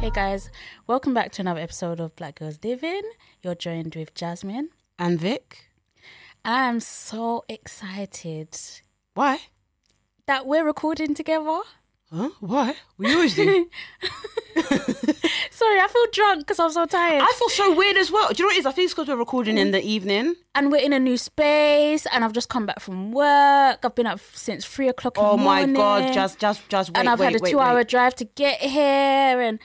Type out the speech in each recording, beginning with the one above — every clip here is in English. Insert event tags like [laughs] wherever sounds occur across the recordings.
Hey guys, welcome back to another episode of Black Girls Living. You're joined with Jasmine. And Vic? I'm so excited Why? that we're recording together. Huh? Why? We always do. Sorry, I feel drunk because I'm so tired. [laughs] I feel so weird as well. Do you know what it is? I think it's because we're recording in the evening. and we're in a new space, and I've just come back from work. I've been up since three o'clock. in Oh the my god, morning. just just just wait. and I've wait, had a wait, two-hour wait. drive to get here, and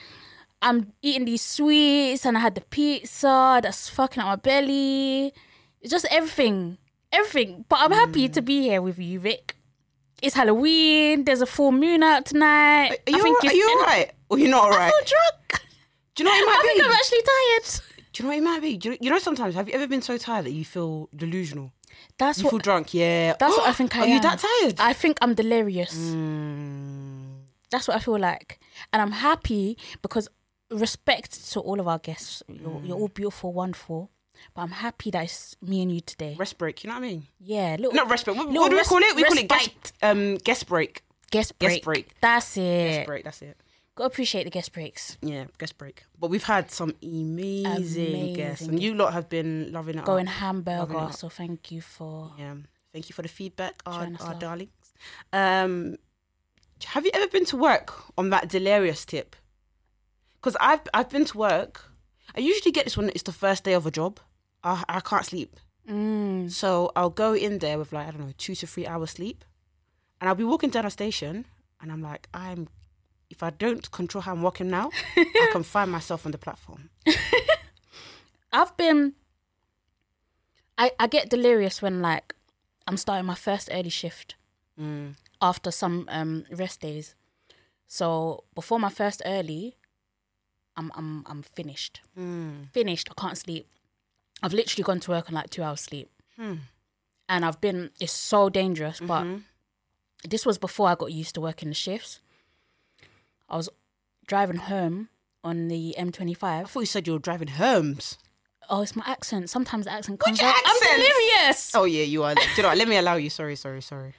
I'm eating these sweets, and I had the pizza that's fucking up my belly. It's just everything, everything. But I'm happy to be here with you, Vic. It's Halloween. There's a full moon out tonight. Are you, alright? Are you in- [laughs] alright? Or Oh, you're not I'm alright? so drunk. Do you know what I it might think I'm be? actually tired. Do you know what it might be? Do you, you know sometimes have you ever been so tired that you feel delusional? That's You what. feel drunk, yeah. That's [gasps] what I think I Are am. you that tired? I think I'm delirious. Mm. That's what I feel like. And I'm happy because respect to all of our guests. You're, Mm. you're all beautiful, wonderful. But I'm happy that it's me and you today. rest break, you know what I mean? Yeah, little, Not rest break. What, little what do we res- call it? We call it guest, respite. um, guest break. guest break. break. That's it. Guest break, that's it. Gotta appreciate the guest breaks. Yeah, guest break. But we've had some amazing, guests, Amazing and you lot have been loving it. up. Going hamburger. up. So thank you for. Yeah. Thank you for the feedback, our, Showing us our love. darlings. Um, have you ever been to work on that delirious tip? Because I've I've been to work. I usually get this when it's the first day of a job. I I can't sleep, Mm. so I'll go in there with like I don't know two to three hours sleep, and I'll be walking down a station, and I'm like I'm. If I don't control how I'm walking now, I [laughs] can find myself on the platform. I've been. I, I get delirious when like I'm starting my first early shift. Mm. after some um rest days. So before my first early, I'm I'm I'm finished. Mm. Finished. I can't sleep. I've literally gone to work on like two hours sleep. Hmm. Mm-hmm. And I've been it's so dangerous, but this was before I got used to working the shifts. I was driving home on the M twenty I five. thought you said you were driving homes. Oh, it's my accent. Sometimes the accent comes your out. I'm accents? delirious. Oh yeah, you are. Do you know what? Let me allow you. Sorry, sorry, sorry.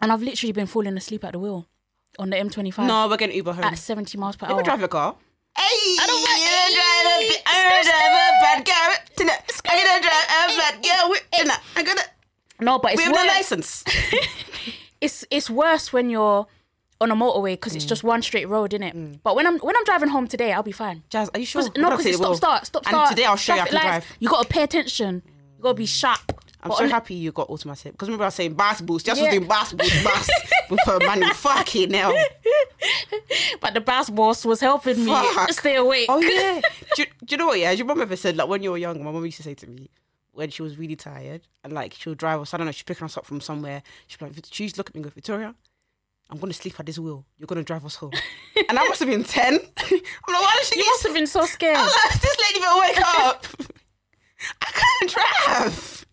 And I've literally been falling asleep at the wheel on the M twenty five No, we're getting Uber home. at seventy miles per You hour. can drive a car. Oh. Hey, I don't want- you drive a, I drive a bad car tonight. I'm gonna drive a bad car tonight. I'm gonna. No, but it's We have no worse. license. it's it's worse when you're on a motorway because Mm. it's just one straight road, innit? But when I'm when I'm driving home today, I'll be fine. Jazz, are you sure? Cause, no, because it's Well, stop start, stop and start. today I'll show you I traffic can lights. drive. You gotta pay attention. You gotta be sharp. I'm But so on- happy you got automatic because remember I was saying bass boost. Just Yeah. was doing bass [laughs] boost, bass with her money. Fuck it now. But the bass boss was helping me Fuck. stay awake. [laughs] Oh yeah. do, you, do you know what? Yeah, your mum ever said like when you were young, my mum used to say to me when she was really tired and like she would drive us. I don't know. She's picking us up from somewhere. She'd be like, she used to look at me and go, Victoria. I'm gonna sleep at this wheel. You're gonna drive us [laughs] home, and I must have been ten. [laughs] I'm like, why does she? You must have been so scared. [laughs] I'm like, this lady will wake up. [laughs] I can't drive.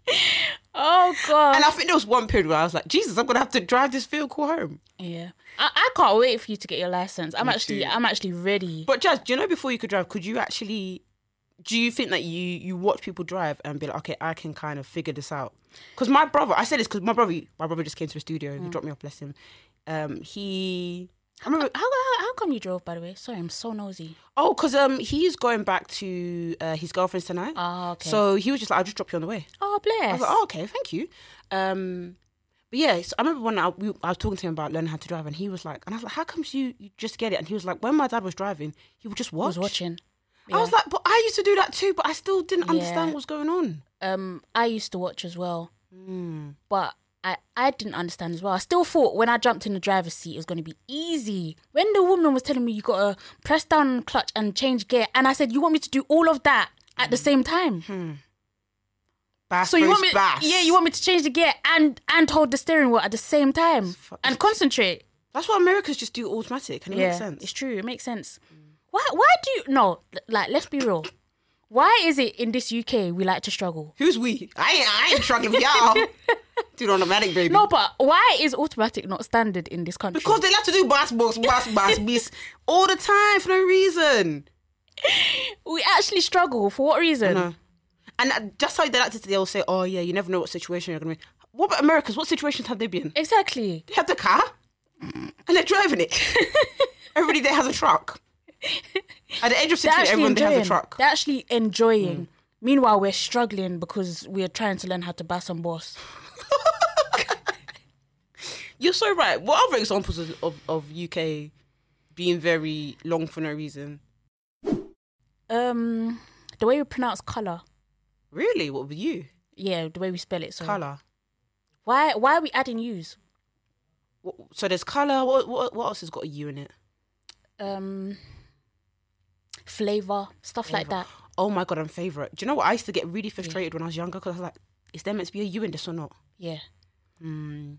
Oh god. And I think there was one period where I was like, Jesus, I'm gonna have to drive this vehicle home. yeah. I, I can't wait for you to get your license. I'm actually too. I'm actually ready. But Jazz, do you know before you could drive, could you actually? Do you think that you you watch people drive and be like, okay, I can kind of figure this out? Because my brother, I said this because my brother, my brother just came to the studio. He dropped me off, bless him. Um, he, Mm. I remember, How, how how come you drove by the way? Sorry, I'm so nosy. oh, because um, he's going back to uh, his girlfriend's tonight. Oh okay. So he was just like, I'll just drop you on the way. oh bless. I was like, oh, okay, thank you. Um, but yeah, so I remember when I, we, I was talking to him about learning how to drive, and he was like, and I was like, how comes you, you just get it? And he was like, when my dad was driving, he would just I watch. was watching. I was like, but I used to do that too, but I still didn't understand Yeah. what's going on. um I used to watch as well, Hmm. but I I didn't understand as well. I still thought when I jumped in the driver's seat it was going to be easy. When the woman was telling me you got to press down on the clutch and change gear, and I said you want me to do all of that at Hmm. the same time. Bass So you want boost, me? bass. Yeah, you want me to change the gear and and hold the steering wheel at the same time Fuck. and concentrate. That's why Americans just do automatic, and it yeah, makes sense. it's true. It makes sense. Why? Why do you? No, like let's be real. Why is it in this UK we like to struggle? Who's we? I ain't, I ain't struggling with y'all. [laughs] Do the automatic, baby. No, but why is automatic not standard in this country? because they like to do bass box, bass, [laughs] bass, beast all the time for no reason. we actually struggle. For what reason? No. And uh, just how they like to, they'll say, "Oh yeah, you never know what situation you're gonna be." What about Americans? What situations have they been? in? [laughs] Exactly. They have the car, and they're driving it. Everybody there has a truck. At the age of They're sixteen, actually everyone there enjoying. has a truck. Mm. They're actually enjoying. Meanwhile, we're struggling because we're trying to learn how to buy some boss. You're so right. What other examples of, of, of UK being very long for no reason? Um, the way we pronounce color. Really? What were you? Yeah, the way we spell it. So Colour. why why are we adding U's? Wh- So there's colour. What, what what else has got a U in it? Um, flavor stuff like that. Oh my god, I'm favourite. Do you know what? I used to get really frustrated when I was younger because I was like, is there meant to be a U in this or not? Yeah. Mm.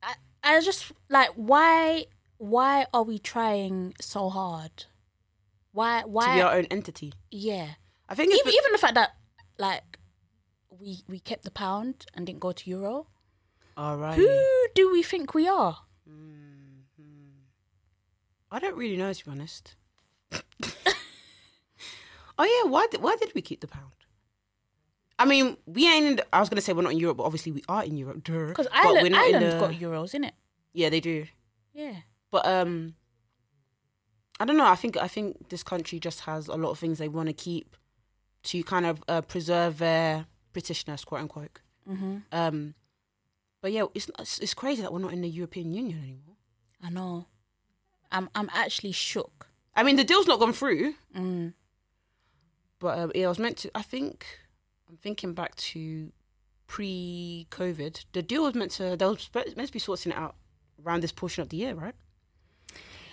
I, I just like why why are we trying so hard? Why To why be our own entity. yeah. I think it's Even even the fact that like we we kept the pound and didn't go to euro. all right. Who do we think we are? I don't really know to be honest. [laughs] oh yeah, why did, why did we keep the pound? I mean, we ain't. In the, I was gonna say we're not in Europe, but obviously we are in Europe. Because Because Ireland Ireland got euros in it. yeah, they do. Yeah. But um, I don't know. I think I think this country just has a lot of things they want to keep to kind of uh, preserve their Britishness, quote unquote. Mhm. Um, but yeah, it's, it's it's crazy that we're not in the European Union anymore. I know. I'm I'm actually shook. I mean, the deal's not gone through. Mm. But um, yeah, I was meant to. I think I'm thinking back to pre-COVID. The deal was meant to. They were sp- meant to be sorting it out around this portion of the year, right?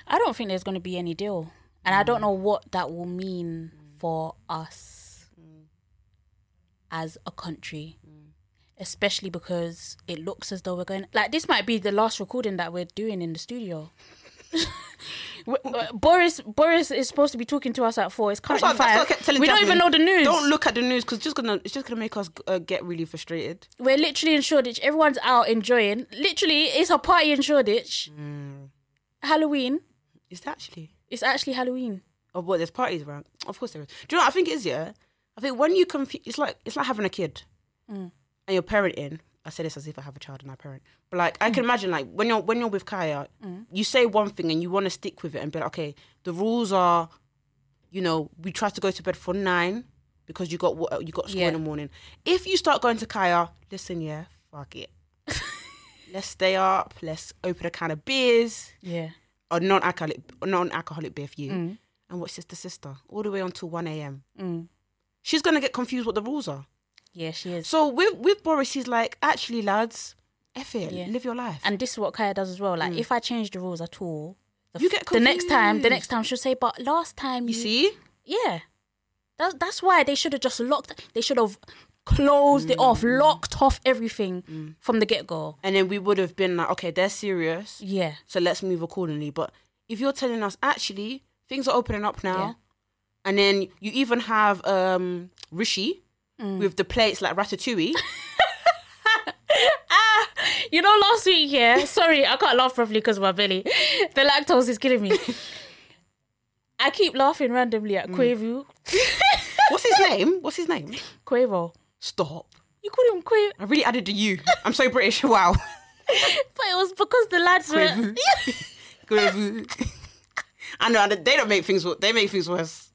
I don't think there's going to be any deal, and I don't know what that will mean for us as a country, especially because it looks as though we're going. Like this might be the last recording that we're doing in the studio. W- w- Boris Boris is supposed to be talking to us at four. It's currently what- that's what I five. kept telling We don't even Jasmine. know the news. Don't look at the news because just gonna it's just gonna make us uh, get really frustrated. we're literally in Shoreditch. Everyone's out enjoying. Literally, it's a party in Shoreditch. Halloween. Is that actually? It's actually Halloween. Oh, well, there's parties around. Of course there is. Do you know? What I think it is. Yeah, I think when you confuse, it's like it's like having a kid and you're parenting. I say this as if I have a child and I parent, but like I can imagine, like when you're when you're with Kaya, you say one thing and you want to stick with it and be like, okay, the rules are, you know, we try to go to bed for nine because you got wo- you got school Yeah. in the morning. If you start going to Kaya, listen, yeah, fuck it, let's stay up, let's open a can of beers Yeah. a non-alcoholic non-alcoholic beer for you, and what's sister sister all the way until one a.m. Mm. She's gonna get confused what the rules are. Yeah, she is. So with with Boris, he's like, actually, lads, F it, Yeah. live your life. And this is what Kaya does as well. Like, if I change the rules at all, the, You get the next time, the confused. next time she'll say, "But last time you, you see, yeah." That's that's why they should have just locked. They should have closed it off, locked off everything from the get go. and then we would have been like, okay, they're serious, [laughs] Yeah, so let's move accordingly. But if you're telling us actually things are opening up now, Yeah. and then you even have um Rishi Mm. with the plates like ratatouille. Ah, you know, last week, yeah. [laughs] Sorry, I can't laugh properly because of my belly. The lactose is killing me. [laughs] Mm. I keep laughing randomly at Quavo. What's [laughs] his name? What's his name? Quavo, Stop. you call him Quavo, I really added the U. I'm so British. [laughs] Wow. but it was because the lads were. Quavo. Quavo. [laughs] I know they don't make things. wo- They make things worse.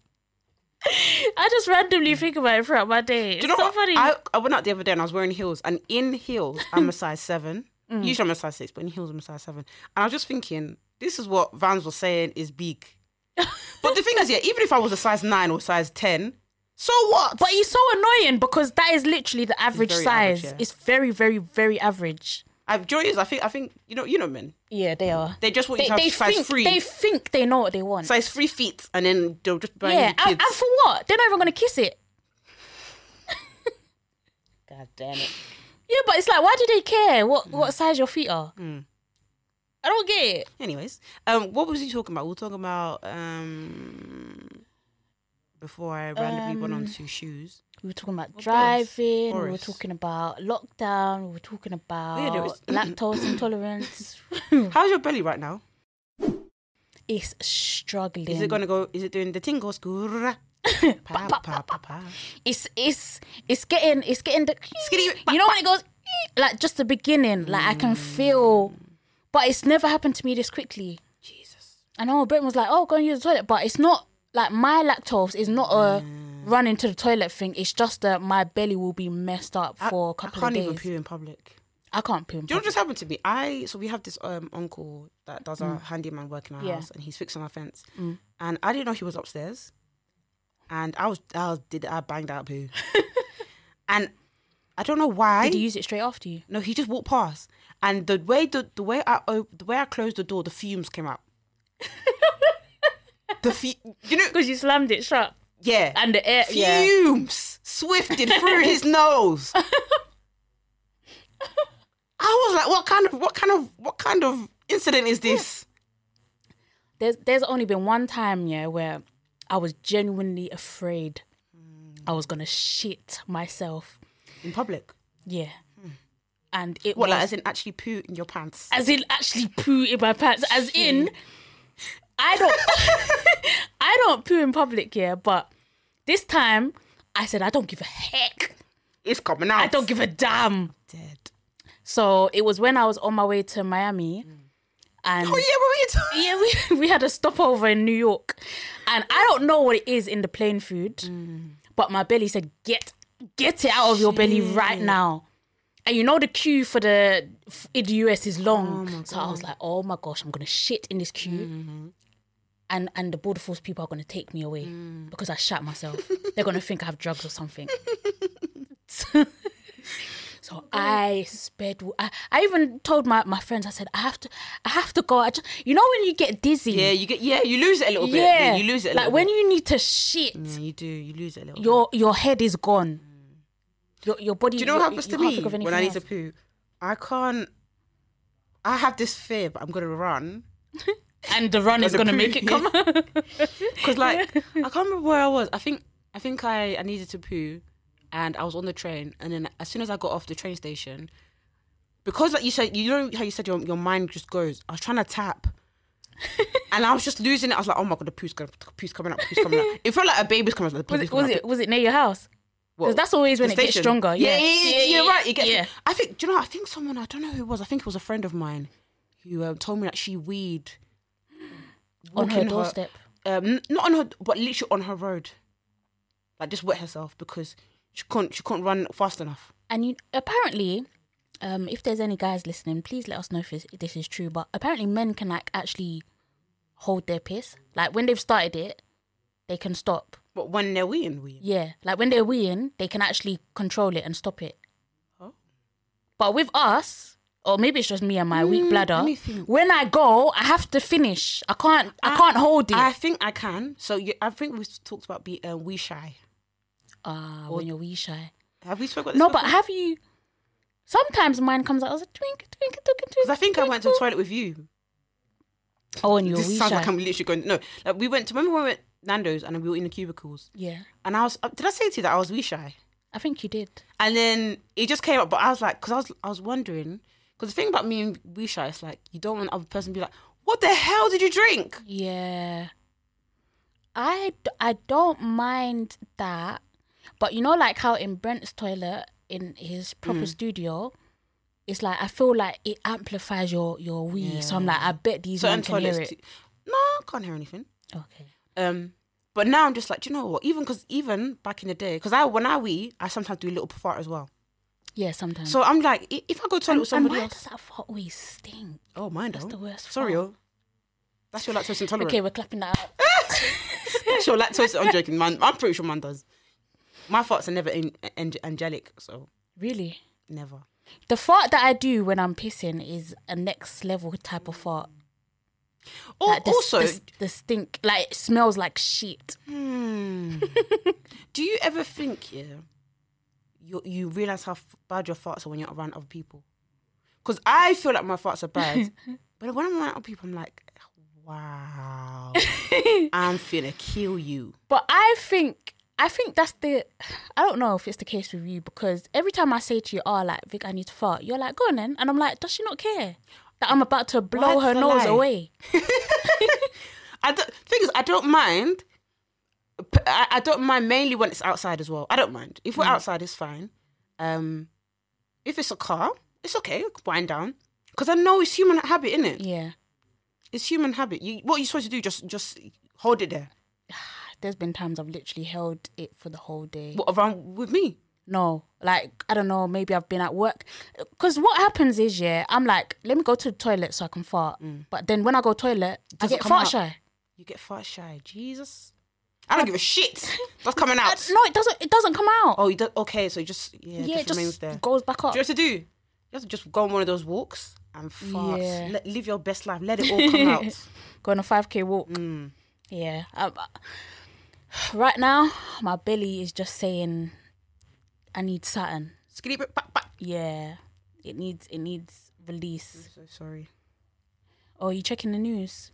[laughs] I just randomly think about it throughout my day. It's Do you know so what? funny. I, I went out the other day and I was wearing heels, and in heels I'm [laughs] a size seven. Mm. Usually I'm a size six, but in heels I'm a size seven. And I was just thinking, this is what Vans was saying [laughs] is big. but the thing is, yeah, even if I was a size nine or size ten, so what? But he's so annoying because that is literally the average very size. average, yeah. It's very, very, very average. I, joyous. I think. I think you know. You know, men. Yeah, they are. They just want They, you to have they size think three, they think they know what they want. size three feet, and then they'll just buy yeah, yeah, and, kids. and for what? They're not even gonna kiss it. God damn it. Yeah, but it's like, why do they care what Mm. what size your feet are? I don't get it. Anyways, um, what was you talking about? We were talking about um, before I randomly went Um, on to shoes. We were talking about Boris? driving. We were Boris. talking about lockdown. We were talking about there was- lactose [laughs] intolerance. How's your belly right now? it's struggling. [laughs] Is it gonna go? Is it doing the tingles? Grrrr. Pa, pa, pa, pa. it's it's it's getting it's getting the getting- you know when it goes like just the beginning like I can feel but it's never happened to me this quickly Jesus. I know Britain was like oh go and use the toilet but it's not like my lactose is not a run into the toilet thing it's just that my belly will be messed up for a I couple of can't days even poo in public. I can't poo in Do you know what public. just happened to me? I so we have this um uncle that does our handyman work in our Mm. Yeah. Mm. house, and he's fixing our fence. And I didn't know he was upstairs, and I was I was, did I banged [laughs] out poo, and I don't know why. did you use it straight after you no, he just walked past, and the way the the way I op- the way I closed the door, the fumes came out. the fu- you know, because you slammed it shut yeah, and the air yeah fumes swifted through his [laughs] nose. I was like, what kind of what kind of what kind of incident is this? there's there's only been one time yeah where I was genuinely afraid Mm. I was gonna shit myself. In public. Yeah, and it Hmm. What was like as in actually poo in your pants. as in actually poo in my pants. As in, I don't [laughs] I don't poo in public yeah, but this time I said I don't give a heck. It's coming out. I don't give a damn. dead. So it was when I was on my way to Miami, and Hmm. Oh yeah, what were you talking? yeah, we, [laughs] we had a stopover in New York, and I don't know what it is in the plain food, but my belly said, "Get, get it out of your belly right now." And you know the queue for the f- in the US is long, so I was like, "Oh my gosh, I'm gonna shit in this queue." And, and the border force people are gonna take me away because I shat myself. They're gonna think I have drugs or something. So I sped. I, I even told my, my friends. I said I have to. I have to go. I just, you know when you get dizzy. Yeah, you get yeah, you lose it a little bit. Yeah. you lose it. like A little when bit. you need to shit, Yeah, you do, you lose it a little. bit. your your head is gone. Your your body. Do you know what happens to can't me think of when anything I need else. to poo? I can't. I have this fear, but I'm gonna run. And the run is the gonna poo, make it [laughs] yeah. come. out. [laughs] Because like I can't remember where I was. I think I think I, I needed to poo, and I was on the train. And then as soon as I got off the train station, because like you said, you know how you said your your mind just goes. I was trying [laughs] to tap, and I was just losing it. I was like, oh my god, the poo's going, poo's coming out, poo's coming out. It felt like a baby's coming out. like, was poo's it coming was out. it was it near your house? Well, Because that's always when it gets station. stronger. Yeah, Yeah, yeah, yeah, you're right. You get. yeah. I think. Do you know? I think someone. I don't know who it was. I think it was a friend of mine, who um, told me that she weed on her walking doorstep. um, n- not on her, but literally on her road, like just wet herself because she couldn't, she couldn't run fast enough. And you, apparently, um, if there's any guys listening, please let us know if this, this is true. But apparently, men can like actually hold their piss. Like when they've started it, they can stop. But when they're weeing, weeing, Yeah, like when they're weeing, they can actually control it and stop it. Oh. But with us, or maybe it's just me and my weak bladder. Mm, let me think. When I go, I have to finish. I can't. I, can't hold it. I think I can. So you, I think we've talked about be uh, wee shy. Ah, when you're wee shy. Have we spoken? About this No, but have you? Sometimes mine comes out as a twinkle, twinkle, twinkle, twinkle. because I think I went to the twinkle. toilet with you. Oh, and you're This wee sounds shy. like I'm literally going. No, like we went to remember when we went Nando's and we were in the cubicles, Yeah, and I was. uh, Did I say to you that I was wee shy? I think you did. And then it just came up, but I was like, because I was, I was wondering, because the thing about me and Wisha is like, you don't want the other person to be like, what the hell did you drink? Yeah. I, d- I don't mind that. But you know, like how in Brent's toilet, in his Hmm. proper studio, it's like I feel like it amplifies your, your wee. So I'm like, I bet these men Certain can toilets. hear it. do- no, I can't hear anything. okay. Um, but now I'm just like, do you know what? Even because even back in the day, because I when I wee, I sometimes do a little fart as well. Yeah, sometimes. So I'm like, i- if I go to toilet with and somebody why else, does that fart always stink? oh mine don't. the worst Sorry, fart. oh. that's your lactose intolerant. Okay, we're clapping that out. [laughs] That's your lactose. I'm joking, man. I'm pretty sure mine does. My farts are never in, ang- angelic, so Really? never. The fart that I do when I'm pissing is a next level type of fart. Or, Like the, s- Oh, also, the, s- the stink, like it smells like shit. Hmm. [laughs] Do you ever think, yeah, you you realize how f- bad your farts are when you're around other people? Because I feel like my farts are bad, but when I'm around other people, I'm like, wow, I'm finna kill you. But I think I think that's the I don't know if it's the case with you because every time I say to you, Oh like Vic, I need to fart, you're like, Go on then and I'm like, Does she not care? That I'm about to blow Why her the nose lie? away. I don't, thing is, I don't mind p- I, I don't mind mainly when it's outside as well. I don't mind. If we're outside, it's fine. Um, if it's a car, it's okay. I could Wind down because I know it's human habit, is it? Yeah. It's human habit. You, what are you supposed to do? Just just hold it there. There's been times I've literally held it for the whole day. What around with me? No, like I don't know. Maybe I've been at work. Because what happens is, yeah, I'm like, let me go to the toilet so I can fart. But then when I go toilet, I Doesn't get Mm. come fart out. shy. You get fart shy. Jesus, I don't give a [laughs] shit. That's coming out. No, it doesn't. It doesn't come out. Oh, you do, okay. So it just yeah, yeah, just, it remains just there. goes back up. Do you know what to do? You have to just go on one of those walks and fart. Yeah. Let- live your best life. Let [laughs] it all come out. go on a 5k walk. Mm. Yeah. Um, right now, my belly is just saying, I need Saturn. Skiddy bit, pat, pat. Yeah. It needs it needs release. So sorry. Oh, you checking the news?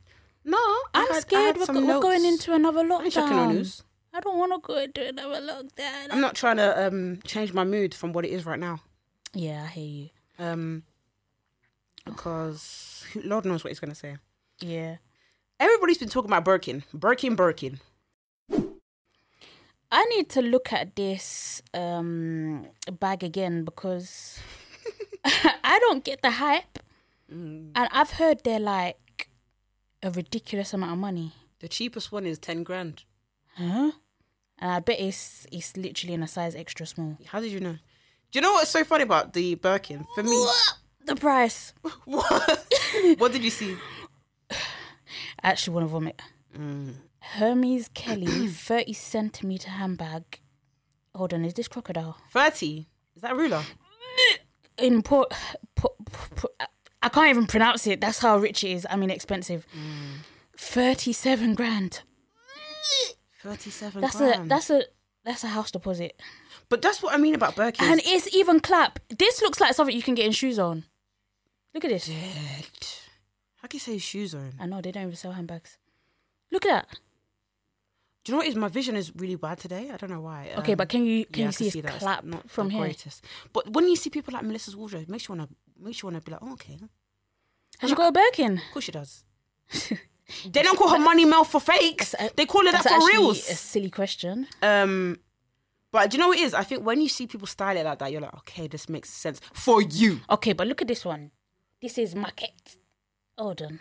No, I'm scared. We're, go- we're going into another lockdown. I'm checking the news. I don't want to go into another lockdown. I'm not trying to um, change my mood from what it is right now, yeah, I hear you. um, because who- Lord knows what he's going to say. Yeah. Everybody's been talking about Birkin, Birkin, Birkin. I need to look at this um, bag again [laughs] because [laughs] I don't get the hype. Mm, And I've heard they're like a ridiculous amount of money. The cheapest one is ten grand. Huh? And I bet it's it's literally in a size extra small. How did you know? Do you know what's so funny about the Birkin? For me, The price. what? [laughs] what did you see? I actually want to vomit. Mm. Hermes [clears throat] Kelly 30 centimeter handbag. Hold on, is this crocodile? Thirty. Is that a ruler? In port, port, I can't even pronounce it. That's how rich it is. I mean, expensive. Mm. 37 grand. Thirty-seven. That's a grand. that's a that's a house deposit. But that's what I mean about Birkin. And it's even clap. This looks like something you can get in shoes on. Look at this. How can you say shoes on? I know they don't even sell handbags. Look at that. Do you know what is my vision is really bad today? I don't know why. Okay, Um, but can you can yeah, I you see, that it's it's clap not from the here? Greatest. But when you see people like Melissa's wardrobe, it makes you wanna makes you wanna be like, oh, okay, of Has she got a Birkin? course she does. [laughs] they don't call her money mail for fakes. That's a- They call it that That's for actually reals. a silly question. Um, but do you know what it is? I think when you see people style it like that, you're like, okay, this makes sense for you. Okay, but look at this one. This is market. Hold on.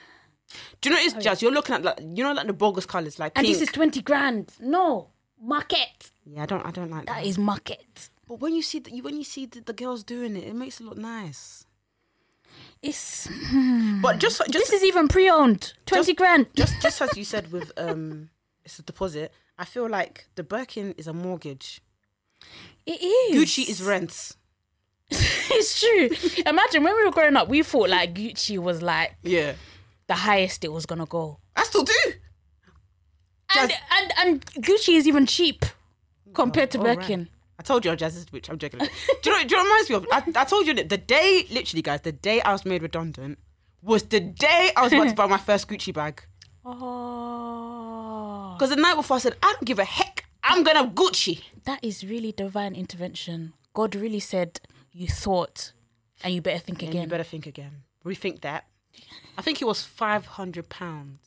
Do you know what it is, Jazz? You're looking at like you know like the bogus colours, like Oh, And pink. this is twenty grand. No market. yeah, I don't I don't like that. That is market. But when you see that, you when you see the, the girls doing it, it makes it look nice. [sighs] It's hmm. But just just this is even pre-owned. Twenty grand. just just as you said with um, [laughs] it's a deposit. I feel like the Birkin is a mortgage. It is. Gucci is rent. [laughs] it's true. Imagine when we were growing up, we thought like Gucci was like Yeah, the highest it was gonna go. I still do. And Just- and, and Gucci is even cheap compared to Oh, right. Birkin. I told you I'm Jazz is a bitch. I'm joking. do you know? Do you know what it reminds me of? I, I told you that the day, literally, guys, the day I was made redundant was the day I was about to buy my first Gucci bag. Oh, Because the night before I said, I don't give a heck. I'm gonna Gucci. that is really divine intervention. God really said, "You thought, and you better think And you again." better think again. Rethink that. I think it was five hundred pounds.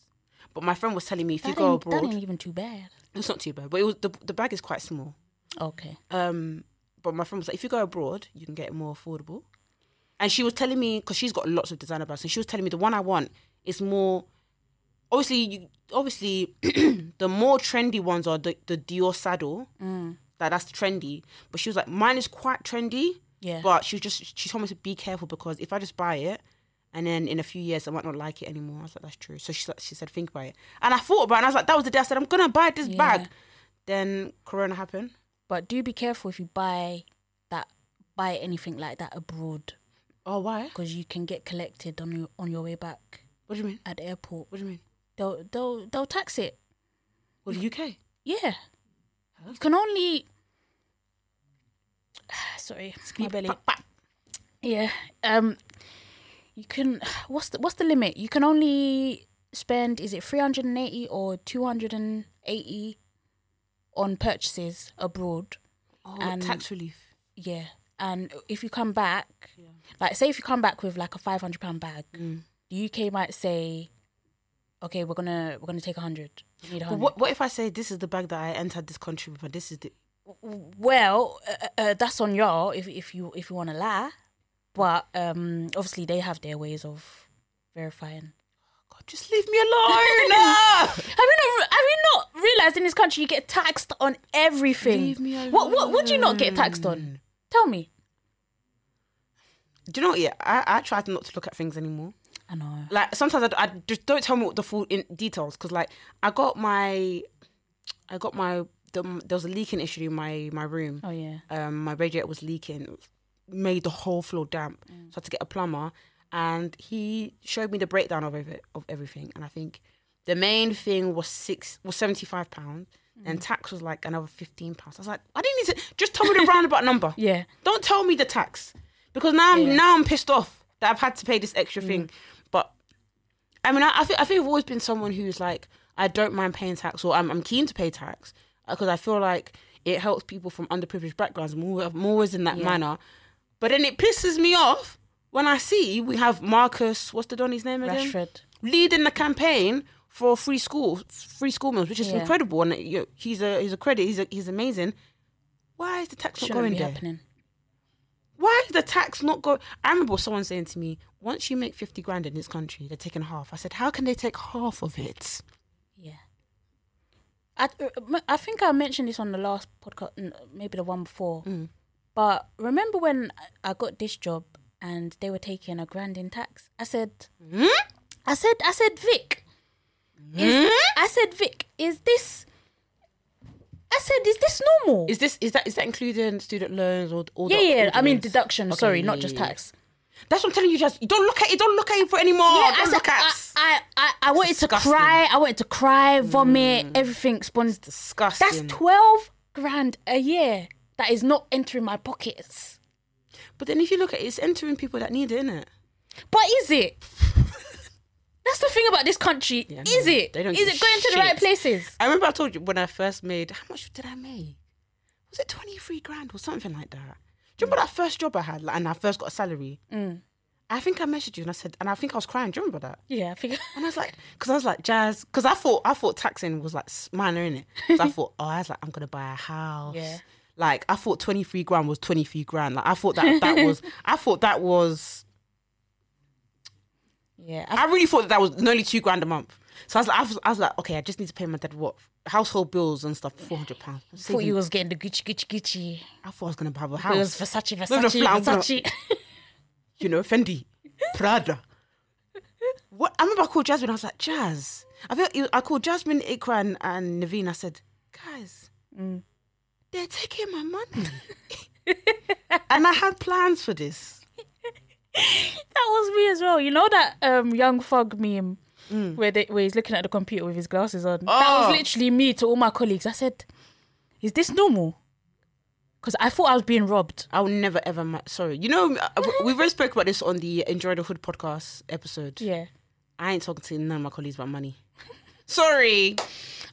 But my friend was telling me if you That go ain't, that abroad, ain't even too bad. it's not too bad. But it was the, the bag is quite small. Okay. Um, but my friend was like, if you go abroad, you can get it more affordable. And she was telling me because she's got lots of designer bags, and she was telling me the one I want is more. Obviously, you, obviously, [clears throat] the more trendy ones are the the Dior saddle. That that's trendy. But she was like, mine is quite trendy. Yeah. But she was just she told me to be careful because if I just buy it. And then in a few years, I might not like it anymore. I was like, that's true. So she, she said, think about it. And I thought about it. And I was like, that was the day I said, I'm going to buy this bag. Then Corona happened. But do be careful if you buy that buy anything like that abroad Oh, why? because you can get collected on your on your way back What do you mean? at the airport. What do you mean? They'll they'll they'll tax it. Well, the UK. Yeah. You can only. [sighs] Sorry, my belly. Bap, bap. Yeah. Um. You can. [sighs] What's the What's the limit? You can only spend. Is it three hundred and eighty or two hundred and eighty on purchases abroad? Oh, And- tax relief. Yeah. And if you come back, like say if you come back with like a Mm. five hundred pound bag, the UK might say, okay, we're gonna we're gonna take a hundred. You need a But hundred. what, what if I say this is the bag that I entered this country with, and this is the Oh, Well, uh, uh, that's on y'all if if you if you want to lie, but um, obviously they have their ways of verifying. God, just leave [laughs] me alone. Ah! Have you not have you not realized in this country you get taxed on everything? Leave me What what what do you not get taxed on? Tell me. Do you know what? Yeah, I, I try not to look at things anymore. I know. Like sometimes I, d- I just don't tell me what the full in details because like I got my, I got my the, there was a leaking issue in my my room. Oh yeah. um, my radiator was leaking, made the whole floor damp. So I had to get a plumber, and he showed me the breakdown of it, of everything. And I think the main thing was six was seventy five pounds, and tax was like another fifteen pounds. I was like, I didn't need to just tell me the [laughs] roundabout number. Yeah. Don't tell me the tax because now I'm Yeah. Mm. now I'm pissed off that I've had to pay this extra thing. But I mean, I, I think I think I've always been someone who's like I don't mind paying tax or I'm I'm keen to pay tax because I feel like it helps people from underprivileged backgrounds more more is in that manner. But then it pisses me off when I see we have Marcus, what's the Donny's name again? Rashford. leading the campaign for free school free school meals, which is Yeah. incredible, and you know, he's a he's a credit, he's a, he's amazing. Why is the tax not Shouldn't going be there? happening. Why is the tax not go? I remember someone saying to me, once you make fifty grand in this country, they're taking half. I said, how can they take half of it? Yeah. I uh, I think I mentioned this on the last podcast, n- maybe the one before. Mm. But remember when I got this job and they were taking a grand in tax? I said, Hmm? I said, I said, Vic. Is, Hmm? I said, Vic, is this? I said, is this normal? Is this is that is that including student loans or all? yeah, the, yeah. all the I mean loans? deduction. Okay, sorry, yeah, not yeah, just yeah. tax. That's what I'm telling you. Just don't look at it. Don't look at it for anymore. Yeah, I, Oh, don't said, look at. I, I, I, I wanted disgusting. Hmm. to cry. I wanted to cry, vomit, everything. Spons- Disgusting. That's twelve grand a year that is not entering my pockets. but then if you look at it, it's entering people that need it, [laughs] isn't it? But is it? That's the thing about this country. Yeah, is no, it? they don't Is give it a going to the right shit. places? I remember I told you when I first made how much did I make? Was it twenty three grand or something like that? Do you remember that first job I had like, and I first got a salary? Mm. I think I messaged you and I said, and I think I was crying. Do you remember that? Yeah, I think. [laughs] And I was like, because I was like, jazz, because I thought I thought taxing was like s- minor in it. [laughs] So I thought, oh, I was like, I'm gonna buy a house. Yeah. Like I thought twenty three grand was twenty three grand. Like I thought [laughs] that that was I thought that was Yeah, I I really thought that, that was nearly two grand a month. So I was like, I was, I was like, okay, I just need to pay my dad what household bills and stuff, four hundred pounds. thought you was getting the Gucci, Gucci, Gucci. I thought I was gonna buy a It was house. Versace, no, Versace, flat, I'm gonna- Versace. You know, Fendi, Prada. What I remember, I called Jasmine. I was like, Jazz. I feel it- I called Jasmine, Ikran, and Naveen. I said, guys, Mm. they're taking my money, [laughs] and I had plans for this. [laughs] That was me as well. You know that um young fog meme where they, where he's looking at the computer with his glasses on. That Mm. Oh. was literally me to all my colleagues. I said, "Is this normal?" Because I thought I was being robbed. I will never ever. Ma- Sorry, you know, uh, we- we've already spoke about this on the Enjoy the Hood podcast episode. Yeah. I ain't talking to none of my colleagues about money. Sorry.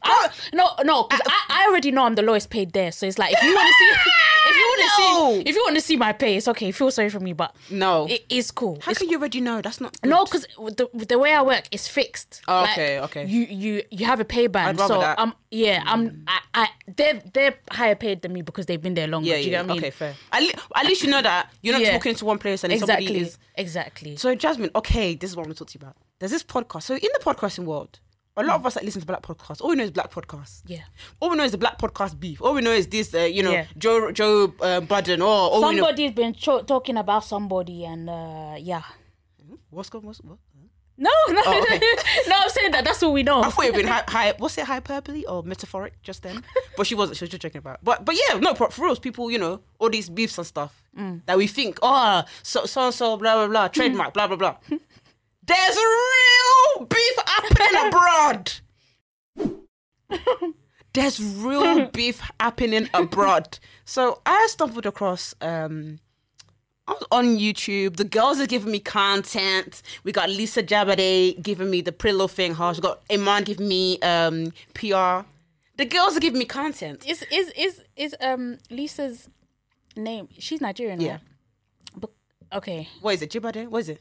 I, Oh, no, no. 'cause Uh, I, I already know I'm the lowest paid there. So it's like if you want to [laughs] see, [laughs] if you want to No. see, if you want to see my pay, it's okay. Feel sorry for me, but No. it is cool. How can you already know? That's not. No, because the, the way I work is fixed. Oh, okay, okay. You you you have a pay band, I'd rather so that. um yeah I'm I, I they're they're higher paid than me because they've been there longer. Yeah, do you yeah. get what I mean? Okay, fair. At, le- at least you know that you're not Yeah. talking to one place and then Exactly, somebody is. exactly. So Jasmine, okay, this is what I'm going to talk to you about. There's this podcast. So in the podcasting world, a lot of us that listen to black podcasts, all we know is black podcasts. Yeah. All we know is the black podcast beef. All we know is this, uh, you know, Yeah. Joe Joe uh, Budden. Or all we know. Somebody's been cho- talking about somebody, and uh yeah. What's going? What's, what? No, [laughs] no, Oh, okay. no. I'm saying that that's what we know. I thought it'd been hi high, what's it hyperbole or metaphoric just then, but she wasn't. She was just joking about. But but yeah, no, but for reals, people, you know, all these beefs and stuff that we think, oh, so so and so, blah blah blah, trademark, blah blah blah. There's real beef happening abroad. There's real beef happening abroad. So I stumbled across um I was on YouTube. The girls are giving me content. We got Lisa Jabade giving me the Prillo thing. Harsh. We got Iman giving me um, PR. The girls are giving me content. Is is is is um Lisa's name? She's Nigerian. Yeah. right? But, okay. What is it, Jabade? What is it?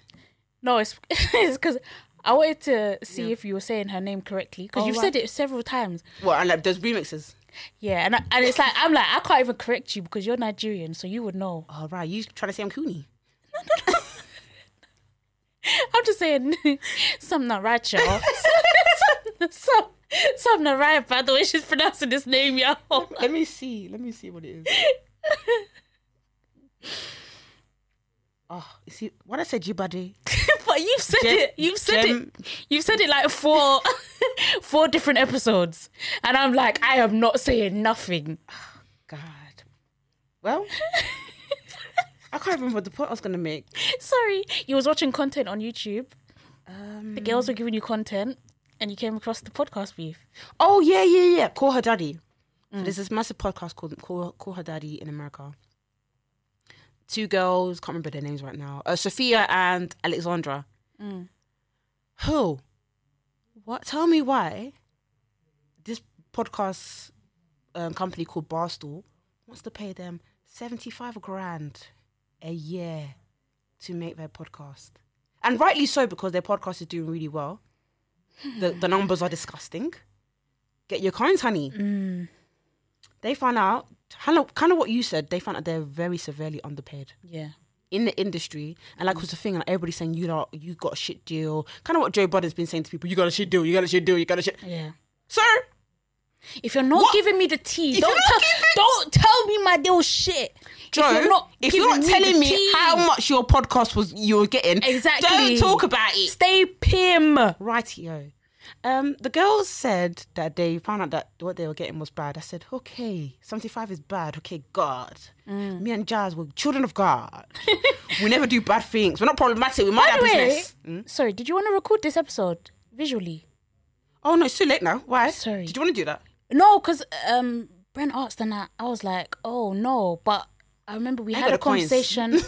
No, [laughs] it's it's because I wanted to see if you were saying her name correctly because Oh, you've right. said it several times. Well, and like there's remixes. Yeah, and I, and it's like I'm like I can't even correct you because you're Nigerian, so you would know. [laughs] All Oh, right, you trying to say I'm Cooney? I'm just saying [laughs] something not right, [laughs] y'all. Some, something not right by the way she's pronouncing this name, y'all. Let me see. Let me see what it is. oh, you see what I said, Jibade. [laughs] but you've said Gem- it. You've said gem- it. You've said it like four, [laughs] four different episodes, and I'm like, I am not saying nothing. God. Well, I can't remember the point I was gonna make. Sorry, you was watching content on YouTube. Um, The girls were giving you content, and you came across the podcast beef. oh yeah, yeah, yeah. Call her daddy. So there's this massive podcast called Call, Call Her Daddy in America. Two girls, can't remember their names right now. Uh, Sophia and Alexandra. Who? What? Tell me why this podcast um, company called Barstool wants to pay them seventy-five grand a year to make their podcast, and rightly so because their podcast is doing really well. The the numbers are disgusting. Get your coins, honey. Mm. They found out kind of, kind of what you said. They found out they're very severely underpaid Yeah. in the industry, and Mm. like was the thing, like everybody's saying you lot, you got a shit deal. Kind of what Joe Budden's been saying to people: you got a shit deal, you got a shit deal, you got a shit. Yeah. Sir, If you're not What? giving me the tea, If don't you're not tell, giving- don't tell me my deal shit. Joe, if you're not, giving telling the me tea, how much your podcast was you were getting, Exactly. don't talk about it. stay pim. Rightio. Um, the girls said that they found out that what they were getting was bad. I said, okay, 75 is bad. Okay, God. Mm. Me and Jazz were children of God. we never do bad things. We're not problematic. We mind By our the way, business. sorry, did you want to record this episode visually? Oh, no, it's too late now. Why? Sorry. Did you want to do that? No, because um, Brent asked, and I, I was like, oh no, but I remember we had got a the coins. [laughs] conversation.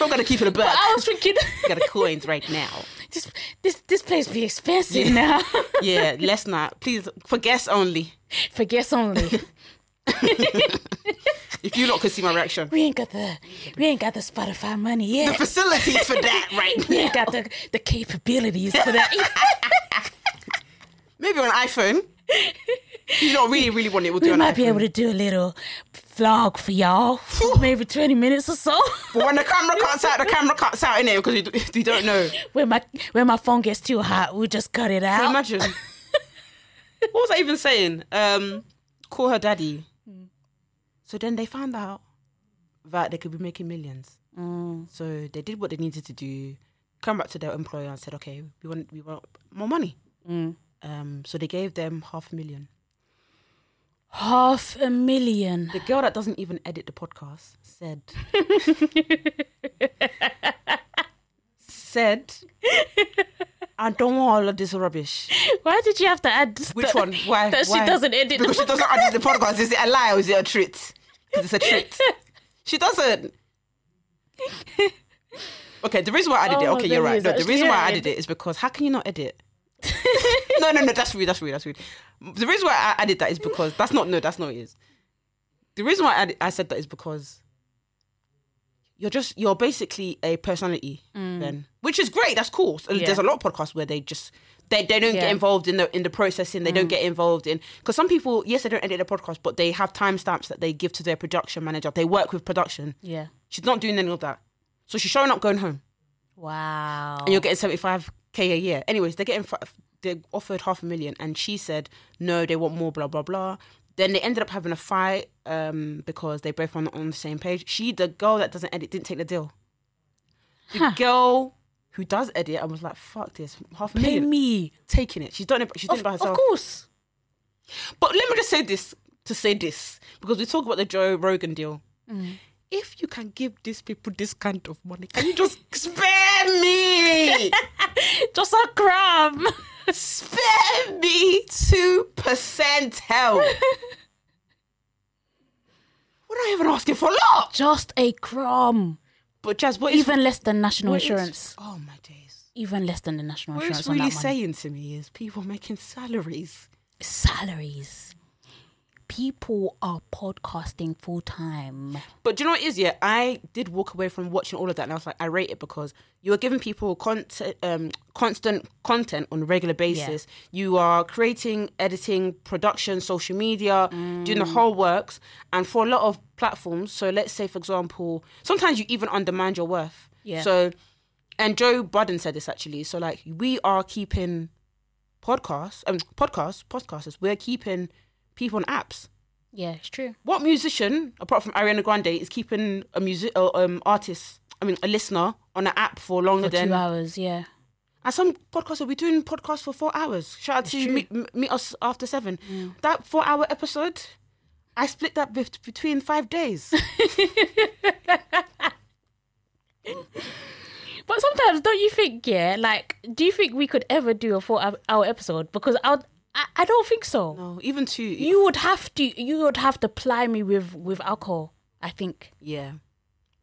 I'm going to keep it [laughs] a buck. I was [laughs] thinking, [laughs] Got the coins right now. this this this place be expensive [laughs] now. Yeah, let's not. Please, for guests only. For guests only, If you lot could see my reaction. we ain't got the we ain't got the Spotify money yet. Facilities for that right we now. ain't got the the capabilities for [laughs] that. Maybe on an iPhone. You don't really, really want it. We'll do we an might iPhone. be able to do a little vlog for y'all, maybe twenty minutes or so. But when the camera cuts out, the camera cuts out in it because we, d- we don't know. [laughs] when my when my phone gets too hot, we just cut it out. [laughs] Imagine. what was I even saying? Um, call her daddy. So then they found out that they could be making millions. So they did what they needed to do. Come back to their employer and said, "Okay, we want we want more money." Um, so they gave them half a million. Half a million. The girl that doesn't even edit the podcast said said I don't want all of this rubbish. Why did you have to add this- Which that- [laughs] one? Why? That Why? she doesn't edit. Because she doesn't edit the podcast. Is it a lie or is it a treat? 'Cause it's [laughs] a treat. She doesn't. Okay, the reason why I added Oh it. my Okay, you're right. goodness, No, the actually, reason why I yeah. added it is because how can you not edit? no, no, no. That's rude. That's rude. That's rude. The reason why I added that is because that's not. No, that's not what it is. The reason why I, added, I said that is because you're just you're basically a personality then, which is great. That's cool. So There's a lot of podcasts where they just they, they don't Yeah. get involved in the in the processing. They don't get involved in because some people yes they don't edit their podcast, but they have timestamps that they give to their production manager. They work with production. yeah. She's not doing any of that, so she's showing up, going home Wow. and you're getting 75k a year. Anyways, they're getting fi- they offered half a million, and she said no, they want more, blah blah blah. Then they ended up having a fight um, because they both weren't on the same page. She, the girl that doesn't edit, didn't take the deal. The girl who does edit, I was like, "Fuck this, half a Pay million, me. taking it." She's done it. She's done it Of, by of herself. course. But let me just say this to say this because we talk about the Joe Rogan deal. Mm. If you can give these people this kind of money, can you just [laughs] spare me? Just a crumb. Spare me two percent [laughs] help. We're not even asking for a [laughs] lot. Just a crumb. But Jazz, what is Even less than national what is- insurance. oh my days. Even less than the national What insurance. it's really on that money. saying to me is people making salaries. Salaries. people are podcasting full time. But do you know what it is? Yeah, I did walk away from watching all of that, and I was like, I rate it because you are giving people content, um, constant content on a regular basis. You are creating, editing, production, social media, doing the whole works, and for a lot of platforms. So let's say, for example, sometimes you even undermine your worth. Yeah. So, and Joe Budden said this actually. So like, we are keeping podcasts, um, podcasts, podcasters. We're keeping people on apps Yeah, it's true. what musician apart from Ariana Grande is keeping a music uh, um artist I mean a listener on an app for longer For two than hours, yeah. and some podcasts will be doing podcasts for four hours shout out to true. meet, M- meet us after seven that four hour episode I split that bet- between five [laughs] days But sometimes, don't you think? Yeah, like, do you think we could ever do a four-hour episode? Because I, would- I, I don't think so. no even two You would have to, you would have to ply me with with alcohol. I think. yeah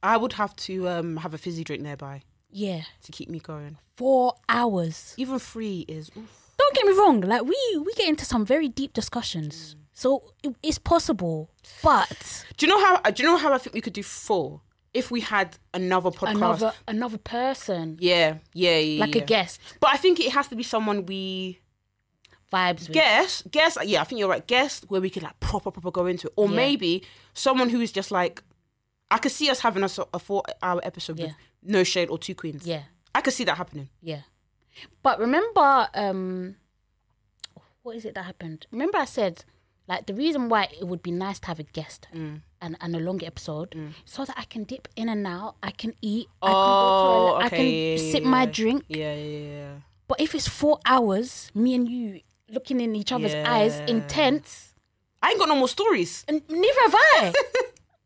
I would have to um have a fizzy drink nearby Yeah, to keep me going four hours. even three is oof. Don't get me wrong. Like we we get into some very deep discussions, so it- it's possible. But do you know how uh, do you know how I think we could do four if we had another podcast another another person, yeah yeah yeah like yeah. a guest, But I think it has to be someone we vibes. With. guess, guess. Yeah, I think you're right. Guess where we could like proper, proper go into it, or Yeah. maybe someone who is just like, I could see us having a, so- a four-hour episode with Yeah. no shade or two queens. yeah. I could see that happening. Yeah. But remember, um what is it that happened? Remember I said like the reason why it would be nice to have a guest Mm. and, and a long episode so that I can dip in and out, I can eat, I Oh, can go to a- I can okay, yeah, sip yeah, my yeah. drink. Yeah, yeah, yeah. But if it's four hours, me and you looking in each other's eyes, Yeah. intense, I ain't got no more stories. and neither have [laughs] I.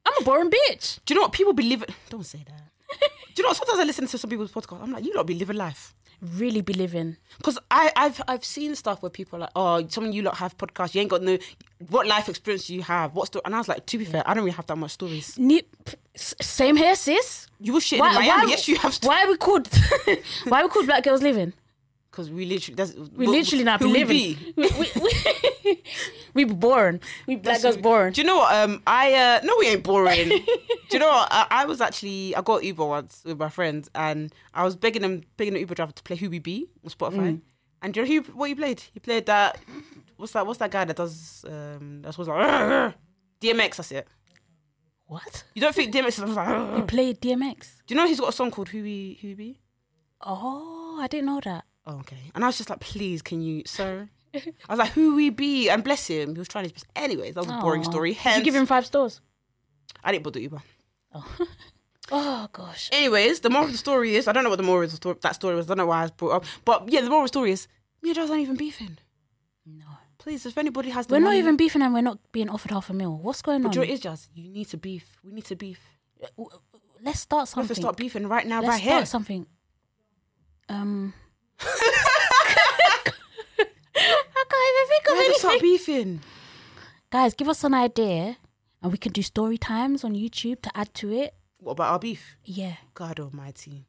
I'm a boring bitch. Do you know what people be living? [laughs] Don't say that. Do you know? what? Sometimes I listen to some people's podcast. I'm like, you lot be living life. Really be living. Because I, I've I've seen stuff where people are like, oh, some of you lot have podcasts. You ain't got no. What life experience do you have? What story? And I was like, to be fair, I don't really have that much stories. Ne- s- same here, sis. You were shitting in Miami. yes, you have. Why we called? [laughs] why we called black girls living? Because we literally, that's, We we literally not be living. We, we, we, [laughs] we be born. We black girls born. Do you know what? Um, I uh, no, we ain't boring. [laughs] Do you know what? I, I was actually I got Uber once with my friends, and I was begging them, begging the Uber driver to play Who We Be on Spotify. Mm. And do you know who, what he played? He played that. What's that? What's that guy that does? Um, that's what's like [laughs] "Arr, arr." DMX. That's it. What? You don't think DMX is like? [laughs] "Arr, arr." Play DMX. Do you know he's got a song called Who We Who We Be? Oh, I didn't know that. Oh, okay. And I was just like, please, can you, sir? I was like, who we be? And bless him, he was trying his best. Anyways, that was a boring Aw. story. Did Hence, you give him five stars? I didn't bother Uber. Oh. [laughs] oh gosh. Anyways, the moral of the story is I don't know what the moral of the story, that story was. I don't know why I was brought up, but yeah, the moral of the story is me and Giles aren't even beefing. No. Please, if anybody has, the We're not money- even beefing and we're not being offered half a meal. What's going on? Do you know what it is, Jazz? You need to beef. We need to beef. Let's start We have to something. start beefing right now, Let's right start here. [laughs] something. [laughs] Um. I can't We even have think to of anything. start beefing. Guys, give us an idea, and we can do story times on YouTube to add to it. What about our beef? Yeah, God Almighty,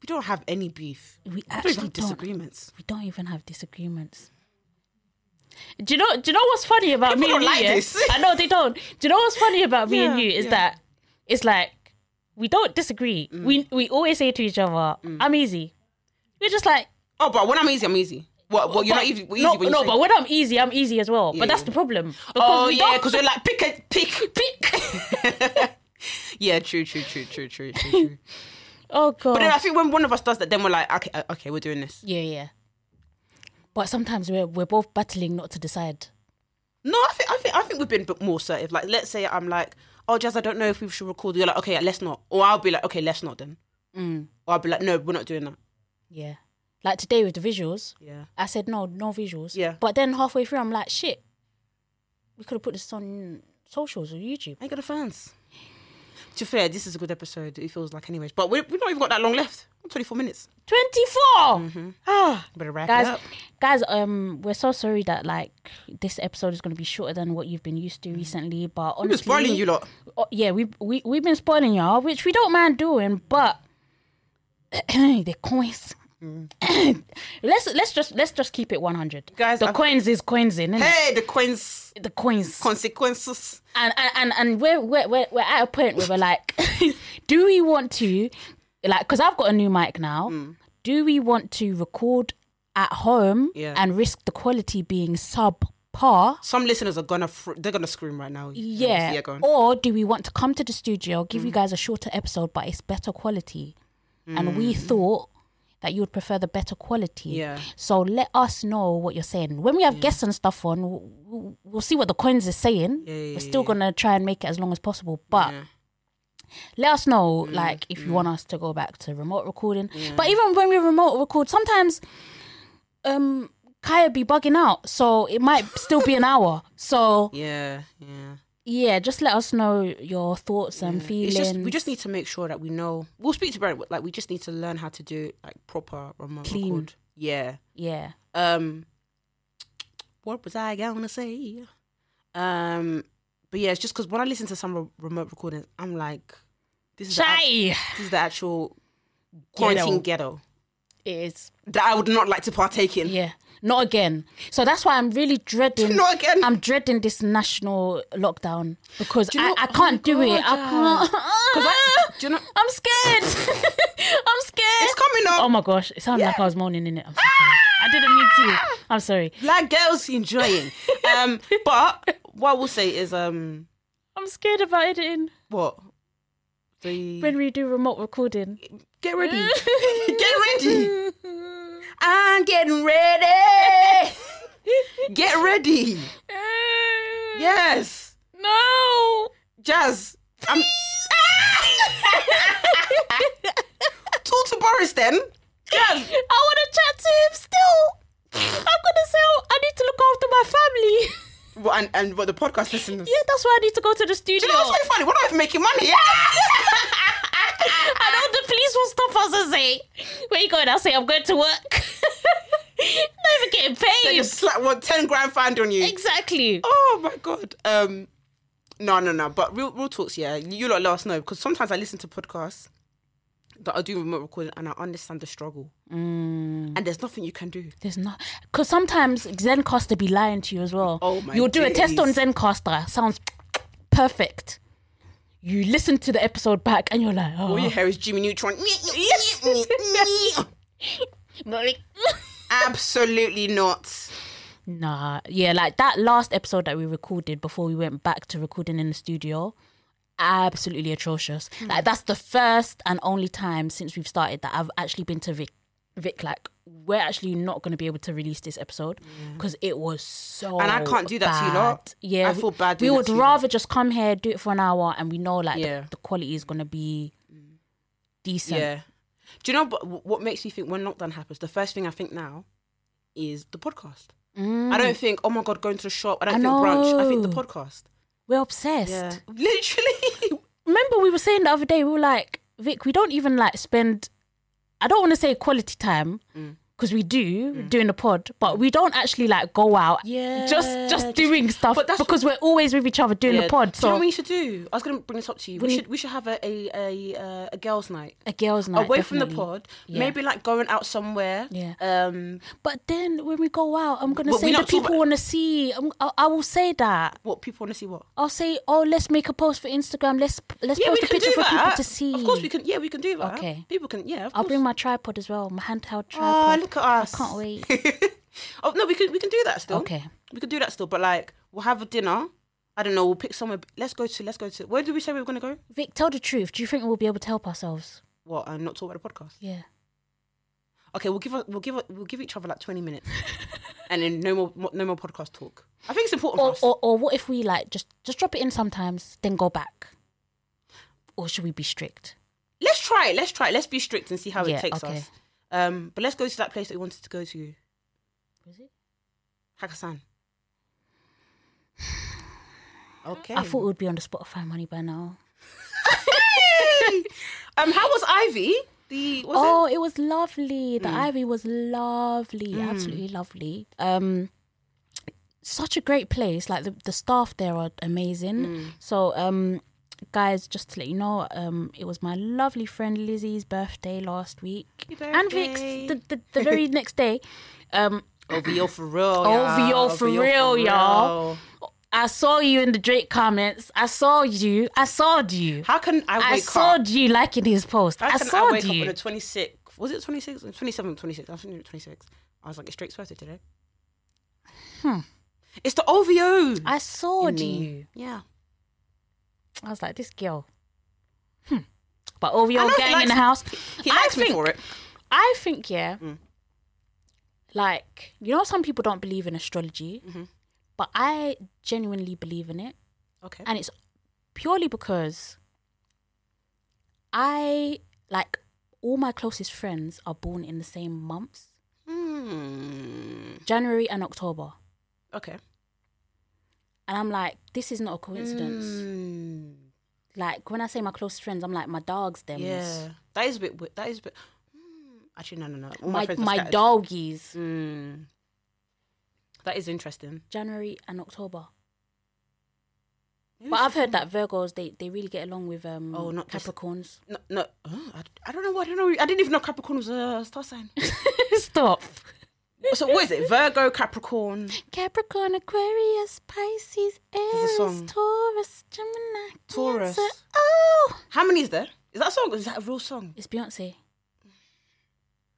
we don't have any beef. we We don't even actually have don't. disagreements. We don't even have disagreements. Do you know? Do you know what's funny about me People and don't you? like yeah? this. [laughs] I know they don't. Do you know what's funny about me and Yeah, you is yeah. Mm. that it's like we don't disagree. We we always say to each other, "I'm easy." We're just like, Oh, but when I'm easy, I'm easy. What? What? You're but- not easy. Easy no, when you no. say- But when I'm easy, I'm easy as well. Yeah. But that's the problem. Oh we yeah, don't- because we're like pick a pick [laughs] pick. yeah, true, true, true, true, true, true, true. oh god. But then I think when one of us does that, then we're like, okay, uh, okay, we're doing this. Yeah, yeah. But sometimes we're we're both battling not to decide. No, I think I think I think we've been a bit more assertive. Like, let's say I'm like, oh, Jazz, I don't know if we should record. You're like, okay, let's not. Or I'll be like, okay, let's not then. Or I'll be like, no, we're not doing that. Yeah. Like today with the visuals, Yeah. I said no, no visuals. Yeah. But then halfway through, I'm like, shit, we could have put this on socials or YouTube. I ain't got a fans. To be fair, this is a good episode. It feels like, anyways. But we- we've not even got that long left. 24 minutes. 24! Mm-hmm. Ah. Better wrap it Guys, up. guys, um, we're so sorry that like this episode is going to be shorter than what you've been used to recently. But honestly, We're Mm-hmm. spoiling you lot. Oh, yeah, we we we've been spoiling y'all, which we don't mind doing, but [clears throat] the coins Mm. [clears throat] let's let's just let's just keep it 100 Guys, the I've- coins is coins in Hey, the coins the coins consequences. and and and, and we're, we're we're we're at a point where we're like [laughs] do we want to like because i've got a new mic now Mm. do we want to record at home Yeah. and risk the quality being subpar Some listeners are gonna fr- they're gonna scream right now. yeah, Oh. yeah, go on. or do we want to come to the studio give Mm. you guys a shorter episode but it's better quality and we thought that you would prefer the better quality Mm. Yeah. so let us know what you're saying when we have guests and stuff on w- w- we'll see what the coins is saying yeah, we're still gonna try and make it as long as possible but Yeah. Mm, let us know like if you want us to go back to remote recording but even when we remote record sometimes um kaya be bugging out so it might still be an [laughs] hour so Yeah, yeah. yeah just let us know your thoughts and It's feelings just we just need to make sure that we know. We'll speak to Brent. but, Like we just need to learn how to do like proper remote Clean. record. Yeah. yeah Um. What was I gonna say? Um. But yeah, it's just because when I listen to some re- remote recordings, I'm like, this is the act- shy this is the actual quarantine ghetto it is that I would not like to partake in. yeah not again so that's why i'm really dreading [laughs] Not again. i'm dreading this national lockdown because you know- I, I oh can't my do it i can't God, 'Cause I- do you know? [laughs] i'm scared [laughs] i'm scared Ah! It's coming up. Oh my gosh, it sounded like I was moaning in it. I'm so sorry. I didn't mean to. I'm sorry. Black girls enjoying. [laughs] um. But what I will say is um. I'm scared about editing What. The, when we do remote recording. Get ready. [laughs] [laughs] Get ready. I'm getting ready. [laughs] Get ready. Yes. No. [laughs] Jazz. [laughs] I'm. Talk to Boris then. [laughs] I want to chat to him still. I'm gonna say oh, I need to look after my family. Well, and, and what the podcast listeners. yeah, that's why I need to go to the studio. You know what's so funny? We're not even making money. I know the police will stop us and say, "Where you going?" I'll say, "I'm going to work." [laughs] Not even getting They paid. just slap what ten grand fine on you. Exactly. Oh my god. Um, no, no, no. But real, real talks. Yeah, you lot let us know because sometimes I listen to podcasts that I do remote recording and I understand the struggle. Mm. And there's nothing you can do. There's not because sometimes Zencaster be lying to you as well. Oh my You'll do a test days. on Zencaster. Sounds perfect. You listen to the episode back and you're like, oh, All you hear is [laughs] Jimmy Neutron. Absolutely not. nah, yeah, like that last episode that we recorded before we went back to recording in the studio. Absolutely atrocious. Hmm. Like that's the first and only time since we've started that I've actually been to Vic. Vic, like we're actually not going to be able to release this episode because it was so. And I can't do that to you bad. lot. Yeah, I feel bad We, doing that would to you lot. rather just come here, do it for an hour, and we know like the- Yeah. Mm. the, quality is going to be decent. Yeah. Do you know what, what makes me think when lockdown happens? The first thing I think now is the podcast. Mm. I don't think, oh my God, going to the shop. I don't I think brunch. I think the know. podcast. We're obsessed. Yeah. [laughs] Literally. Remember, we were saying the other day, we were like, Vic, we don't even like spend. I don't want to say quality time Mm. because we do doing the pod, but we don't actually like go out. Yeah. Just just doing stuff But that's what- because we're always with each other doing Yeah. the pod. Do you know So what we should do? I was going to bring this up to you. We, We- should we should have a a a, uh, a girls' night a girls' night away from the definitely. pod. Maybe like going out somewhere. Yeah. Um, But then when we go out, I'm gonna But we say the not talk people want to see. I'm, I, I will say that. what people want to see? What? I'll say, oh, let's make a post for Instagram. Let's let's post a picture for people to see. Of course, we can. Yeah, we can do that. Okay. People can. Yeah. Of I'll course. bring my tripod as well, my handheld Oh, tripod. look at us! can't wait. [laughs] oh no, we can we can do that still. Okay. we can do that still. But like, we'll have a dinner. I don't know. We'll pick somewhere. Let's go to. Let's go to. Where did we say we were gonna go? Vic, tell the truth. Do you think we'll be able to help ourselves? What? And not talk about the podcast. Yeah. Okay, we'll give. a- We'll give. a- We'll give each other like twenty minutes, [laughs] and then no more. mo- No more podcast talk. I think it's important. Or, for us. or or what if we like just just drop it in sometimes, then go back? Or should we be strict? Let's try it. Let's try it. Let's be strict and see how Yeah, it takes okay. us. Um, but let's go to that place that we wanted to go to, Was it? Hakkasan. [sighs] Okay. I thought it would be on the Spotify money by now. um, how was Ivy? The was oh, it? Mm. was lovely. The Ivy was lovely, absolutely lovely. Um, Mm. such a great place. Like the, the staff there are amazing. So um, guys, just to let you know, um, it was my lovely friend Lizzie's birthday last week, and Vic's the, the, the [laughs] very next day. Um, OVO Oh, for real. OVO Oh, for real, y'all. real. I saw you in the Drake comments. I saw you. I saw you. How can I wake I up? saw you liking his post. I How can I, saw wake up on you. the 26th? Was it 26th? 27th, 26th. I was thinking 26th. I was like, it's Drake's birthday today. Hmm. It's the OVO. I saw in me. you. Yeah. I was like, this girl. Hmm. But OVO I know gang he in the house. likes- He I likes me think- for it. I think, yeah. Mm. Like, you know, some people don't believe in astrology, Mhm. but I genuinely believe in it. Okay. And it's purely because I, like, all my closest friends are born in the same months Hmm. January and October. Okay. And I'm like, this is not a coincidence. Hmm. Like, when I say my closest friends, I'm like, my dogs, them. Yeah. That is a bit. wi- That is a bit. Hmm. Actually, no, no, no. All my My, friends are my scattered. doggies, Hmm. That is interesting. January and October. Maybe But it's I've heard that Virgos they, they really get along with um Oh, not [laughs] just- Capricorns. No, no. Oh, I, I don't know. What, I don't know. I didn't even know Capricorn was a star [laughs] sign. Stop. so what is it? Virgo, Capricorn. Capricorn, Aquarius, Pisces, There's a Aries, song. Taurus, Gemini, Taurus. Cancer. Oh, How many is there? Is that a song? Is that a real song? it's Beyonce.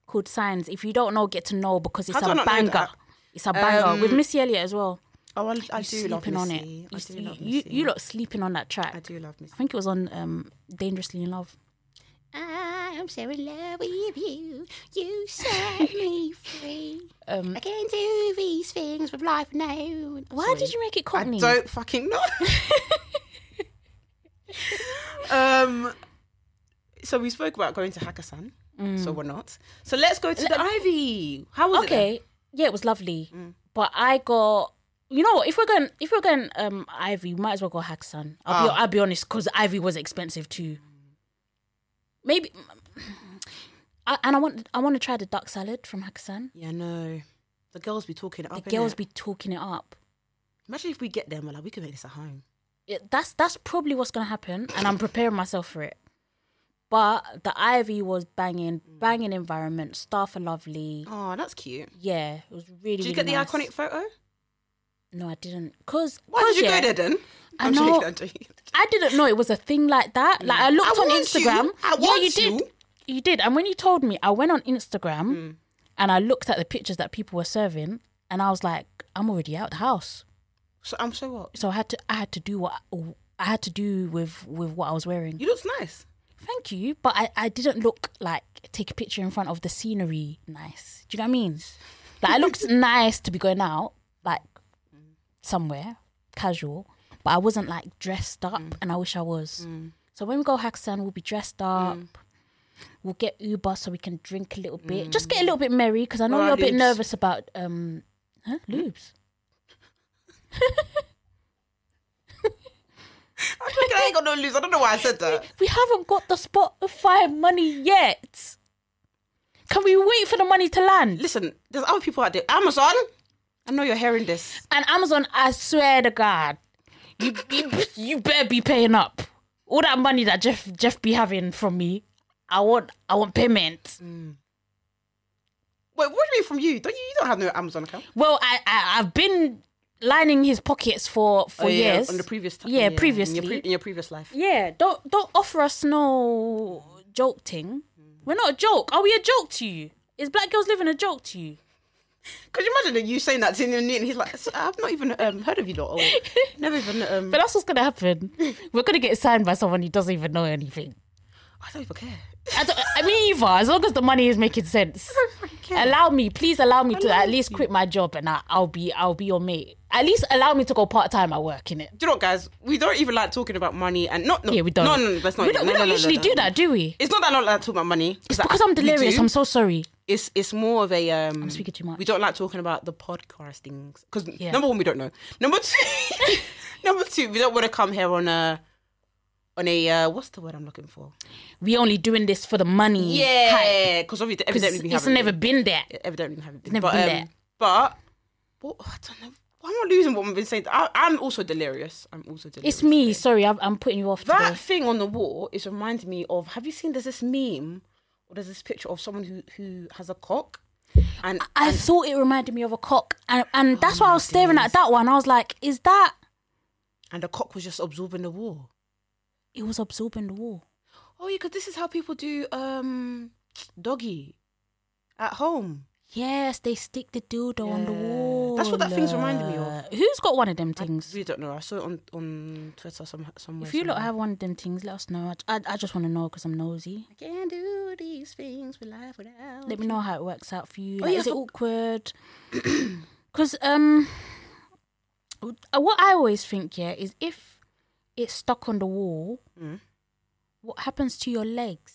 Called Signs. If you don't know, get to know because it's How do I a not know banger. that? It's a banger with Missy Elliott as well. Oh, I, I You do love sleeping on it. Missy. You, I s- do love you, Missy. you lot sleeping on that track. I I, do love Missy. think it was on um, Dangerously in Love. I am Ah, so in love with you. You set [laughs] me free. Um, I can do these things with life now. why did you make it I Cockney? don't fucking [laughs] know. um, so we spoke about going to Hakkasan, so we're not. So let's go to the Mm. Ivy. How was it? okay yeah it was lovely Mm. but i got you know what, if we're going if we're going um ivy we might as well go hacksan i'll, Ah. be, I'll be honest because ivy was expensive too maybe I, and i want i want to try the duck salad from hacksan then? Yeah, no. The girls be talking it the up. girls innit? be talking it up Imagine if we get there, we're like, we can make this at home. it, that's that's probably what's gonna happen, and I'm preparing myself for it. But the Ivy was banging, banging environment. Staff are lovely. Oh, that's cute. Yeah, it was really. Did you really get the nice. iconic photo? No, I didn't. Cause Why did you yeah, go there then? I I'm know. joking, I'm joking. I didn't know it was a thing like that. Like I looked Mm. I on warned you. Instagram. I yeah, warned you did. you. Mm. You did. And when you told me, I went on Instagram and I looked at the pictures that people were serving, and I was like, I'm already out the house. So I'm so what? So I had to. I had to do what. I had to do with with what I was wearing. You looked nice. Thank you, but I, I didn't look like take a picture in front of the scenery nice. Do you know what I mean? Like I looked nice to be going out, like somewhere casual, but I wasn't like dressed up, and I wish I was. So when we go Haksan, we'll be dressed up. We'll get Uber so we can drink a little bit, just get a little bit merry because I know Alright, you're a bit lubes. nervous about um, huh? lubes. I'm joking, I ain't got no lose. I don't know why I said that. We haven't got the Spotify money yet. Can we wait for the money to land? Listen, there's other people out there. Amazon, I know you're hearing this. And Amazon, I swear to God, you, you you better be paying up. All that money that Jeff Jeff be having from me, I want I want payment. Wait, what do you mean from you? Don't you? You don't have no Amazon account. Well, I, I I've been lining his pockets for for Oh, yeah, years on the previous time. Yeah, in previously. your, pre- in your previous life. yeah, don't don't offer us no joke thing. We're not a joke. Are we a joke to you? Is black girls living a joke to you? Could you imagine that you saying that to him and he's like, "So I've not even um, heard of you lot, [laughs] or never even. Um, But that's what's gonna happen. [laughs] We're gonna get signed by someone who doesn't even know anything. I don't even care. I, don't, I mean, either as long as the money is making [laughs] sense. care. Allow me, please Oh allow me to at least quit my job and I, I'll be I'll be your mate. At least allow me to go part time at work in it. [laughs] Do you know what, guys? We don't even like talking about money, and not. No, Yeah, we don't. No, no, no that's not. We it. don't, No, we no, don't no, no, usually no, do no. that, do we? It's not that I don't like talking about money. It's because I'm delirious. I'm so sorry. it's it's more of a um I'm speaking too much. We don't like talking about the podcast things because Yeah. number one we don't know. [laughs] Number two, number two we don't want to come here on a on a uh, what's the word I'm looking for? We only doing this for the money. hype, Yeah, because obviously 'cause evidently we it's haven't never been there. been, evidently we haven't been. never but been um, there. but what I don't know. I'm not losing what I've been saying. I, I'm also delirious. I'm also delirious. It's me. today. Sorry, I've, I'm putting you off That today. thing on the wall is reminding me of. Have you seen? There's this meme, or there's this picture of someone who who has a cock, and I and Oh, thought it reminded me of a cock, and and that's why I was staring at that one. I was like, is that? and the cock was just absorbing the wall. It was absorbing the wall. Oh yeah, because this is how people do um doggy at home. Yes, they stick the dildo on the wall. Uh, That's what that thing's reminding me of. Who's got one of them I things? really don't know. I saw it on on Twitter some somewhere. If you lot somewhere. have one of them things, let us know. I, I, I just want to know because I'm nosy. I can't do these things with life without. Let me know how it works out for you. Oh, Like, yeah, is it for- awkward? [clears throat] Because um, uh, what I always think yeah is if it's stuck on the wall, Mm. what happens to your legs?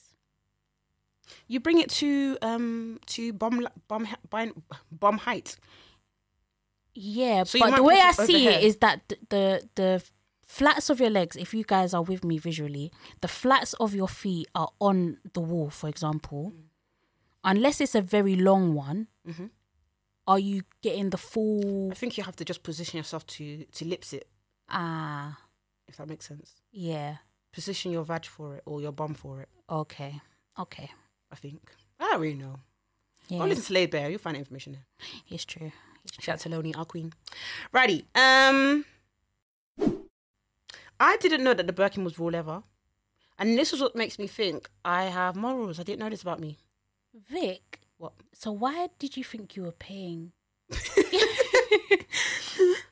you bring it to um to bum li- bum he- bum, bum height. Yeah, So you but might the way put I it over see here. it is that th- the the flats of your legs, if you guys are with me visually, the flats of your feet are on the wall, for example. Mm. Unless it's a very long one, Mhm. are you getting the full I think you have to just position yourself to to lips it, ah if that makes sense. yeah. Position your vag for it or your bum for it. Okay. Okay. I think. I don't really know. Yeah. Go listen to Laid Bear. You'll find information there. it's true. Shout out to Loni, our queen. Righty. Um, I didn't know that the Birkin was raw leather, and this is what makes me think I have morals. I didn't know this about me. Vic, What? so why did you think you were paying?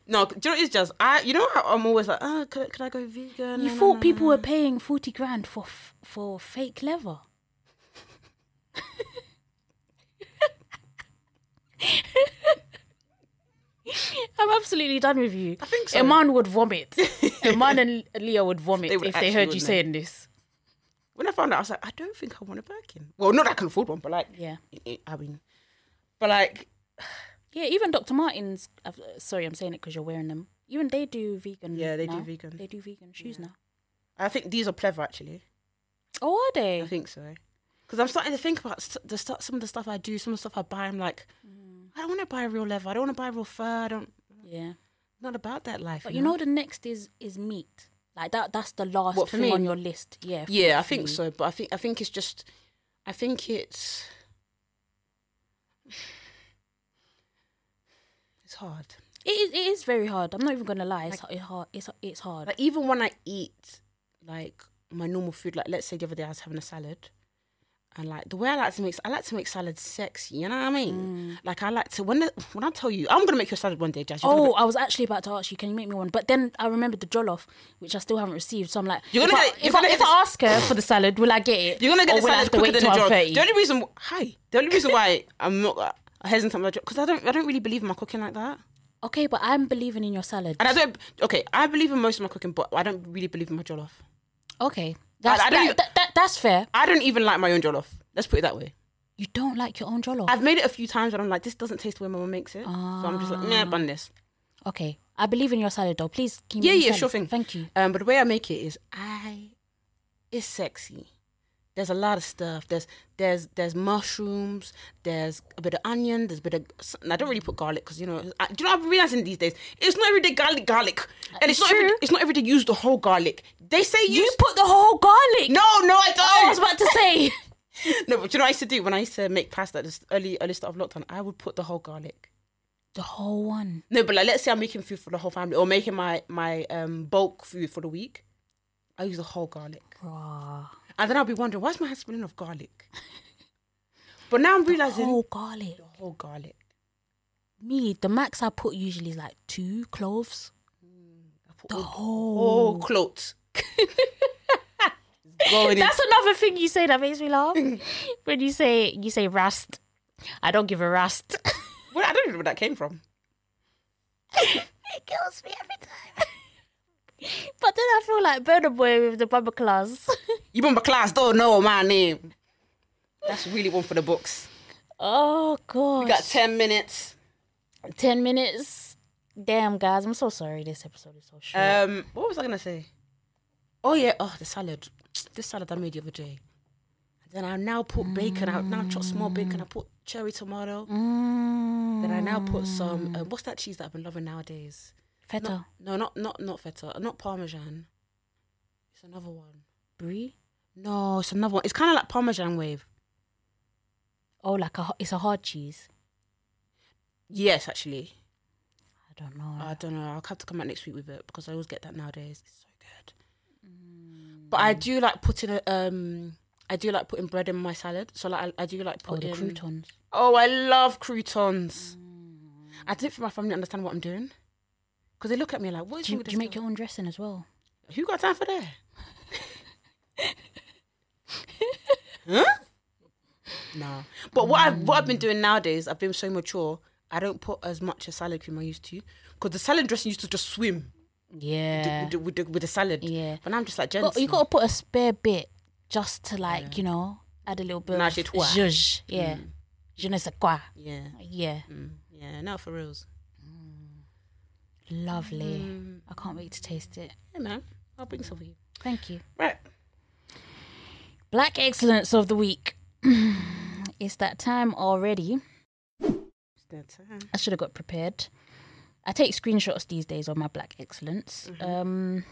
No, do you know what it's just I. You know how I'm always like, oh, could, I- could I go vegan? You No, no, thought no, people no. were paying 40 grand for f- for fake leather. I'm absolutely done with you. I think so. Iman would [laughs] vomit. Iman and Leah would vomit They would if they actually, heard you wouldn't they? saying this. When I found out, I was like, I don't think I want a Birkin. Well, not that I can afford one, but like, Yeah. I mean, but like, Yeah, even Dr. Martens, uh, sorry, I'm saying it because you're wearing them. Even they do vegan. Yeah, they do now. vegan. They do vegan shoes now. I think these are clever actually. Oh, are they? I think so. Because I'm starting to think about st- the stuff, some of the stuff I do, some of the stuff I buy. I'm like, Mm. I don't want to buy real leather. I don't want to buy real fur. I don't. yeah. Not about that life. But you know, the next is is meat. Like that. That's the last What, for thing me? on your list. Yeah. for- Yeah, I for think you. so. But I think I think it's just, I think it's, it's hard. It is. It is very hard. I'm not even gonna lie. It's it's hard. It's it's hard. Like even when I eat like my normal food, like let's say the other day I was having a salad, and like the way I like to make, I like to make salad sexy. You know what I Mm. mean? Like I like to when the, when I tell you, I'm gonna make your salad one day, Jazz. You're gonna Oh, I was actually about to ask you, can you make me one? But then I remembered the jollof, which I still haven't received. So I'm like, You're if, gonna I, get- you're if, gonna I, get if I ask her for the salad, will I get it? You're gonna get Or the will I salad have to wait quicker than the till I'm job. 30? The only reason, hi, the only reason why I'm not uh, hesitant about my job because I don't, I don't really believe in my cooking like that, Okay, but I'm believing in your salad. and I don't. Okay, I believe in most of my cooking, but I don't really believe in my jollof. Okay, that's I don't that- even- that- that- that's fair. I don't even like my own jollof. Let's put it that way. You don't like your own jollof. I've made it a few times, and I'm like, this doesn't taste the way my mum makes it, so I'm just like, Ah. nah, bun this. okay, I believe in your salad though. Please, keep Yeah, me yeah, salad. sure thing. Thank you. Um, but the way I make it is, I, it's sexy. There's a lot of stuff. There's there's there's mushrooms. There's a bit of onion. There's a bit of. and I don't really put garlic because you know. I, do you know what I'm realizing these days? It's not every day garlic, garlic, and Uh, it's it's, not every, true. it's not every day use the whole garlic. They say use. You put the whole garlic. no, no, I I was don't. about to [laughs] say. no, but do you know what I used to do when I used to make pasta this early early start of lockdown? I would put the whole garlic. The whole one. No, but like let's say I'm making food for the whole family or making my my um bulk food for the week. I use the whole garlic. Bruh. And then I'll be wondering, why's my hand smelling of garlic? [laughs] but now I'm realizing Whole garlic. the whole garlic. Me, the max I put usually is like two cloves. I put The all, whole. all cloaked. [laughs] It's [laughs] going in. That's another thing you say that makes me [laughs] laugh. when you say you say rust. I don't give a [laughs] rust. Well, I don't know where that came from. it kills me every time. [laughs] but then I feel like Burner Boy with the bumper [laughs] class. You remember class don't know my name. That's really one for the books. oh We god. got 10 minutes. Ten minutes. Damn guys, I'm so sorry this episode is so short. Um, what was I gonna say? Oh yeah, oh the salad. This salad I made the other day. Then I now put bacon. I now chop small bacon. I put cherry tomato. Mm. then I now put some. Um, what's that cheese that I've been loving nowadays? Feta. Not- no, not not not feta. Not parmesan. It's another one. Brie. No, it's another one. It's kind of like parmesan wave. Oh, like a ho- it's a hard cheese. Yes, actually. I don't know. I don't know. I'll have to come out next week with it because I always get that nowadays. It's so good. But I do like putting a um. I do like putting bread in my salad. So like I, I do like oh, the putting croutons. Oh, I love croutons. I don't think my family understand what I'm doing because they look at me like, "What is Do wrong you, with do this you make girl? your own dressing as well? Who got time [laughs] for that?" huh? No. But what I've what I've Mm. been doing nowadays, I've been so mature. I don't put as much as salad cream I used to because the salad dressing used to just swim with the- Yeah. with, the, with, the, with the salad. Yeah. But now I'm just like, But Jensen. you gotta put a spare bit just to like you know add a little bit Nudge of it what? zhuzh. Yeah. Je ne sais quoi. yeah, Yeah. mm, yeah. No, for reals. Lovely. I can't wait to taste it. Yeah, man. I'll bring some for you. Thank you. Right. Black excellence of the week. [clears throat] it's that time already. It's that time. I should have got prepared. I take screenshots these days of my black excellence. Um,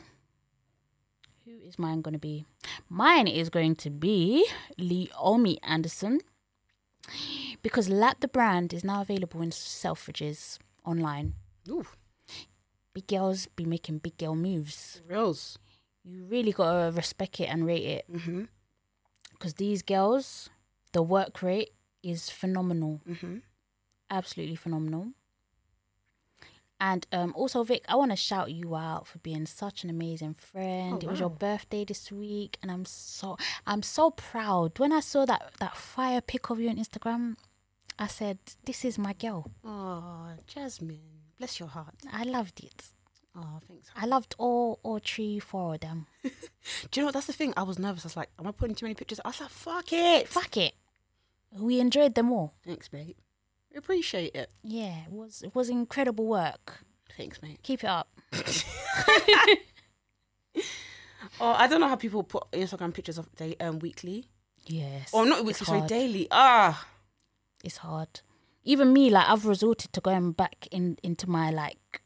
who is mine going to be? Mine is going to be Leomi Anderson because Lap the brand is now available in Selfridges online. Ooh, Big girls be making big girl moves. reals. You really gotta respect it and rate it Mhm. because these girls, the work rate is phenomenal. Mhm. absolutely phenomenal. And um, also, Vic, I want to shout you out for being such an amazing friend. Oh, It was your wow. birthday this week, and I'm so I'm so proud. When I saw that that fire pic of you on Instagram, I said, "This is my girl." Oh, Jasmine, bless your heart. I loved it. Oh, thanks. I loved all all three, four of them. Do you know what? That's the thing. I was nervous. I was like, am I putting too many pictures? I was like, fuck it. Fuck it, we enjoyed them all. Thanks, mate. Appreciate it. Yeah, it was it was incredible work. Thanks, mate. Keep it up. Oh, I don't know how people put Instagram pictures of day um weekly Yes. or not it's weekly, sorry, hard. daily. Ah, it's hard. Even me, like I've resorted to going back in into my like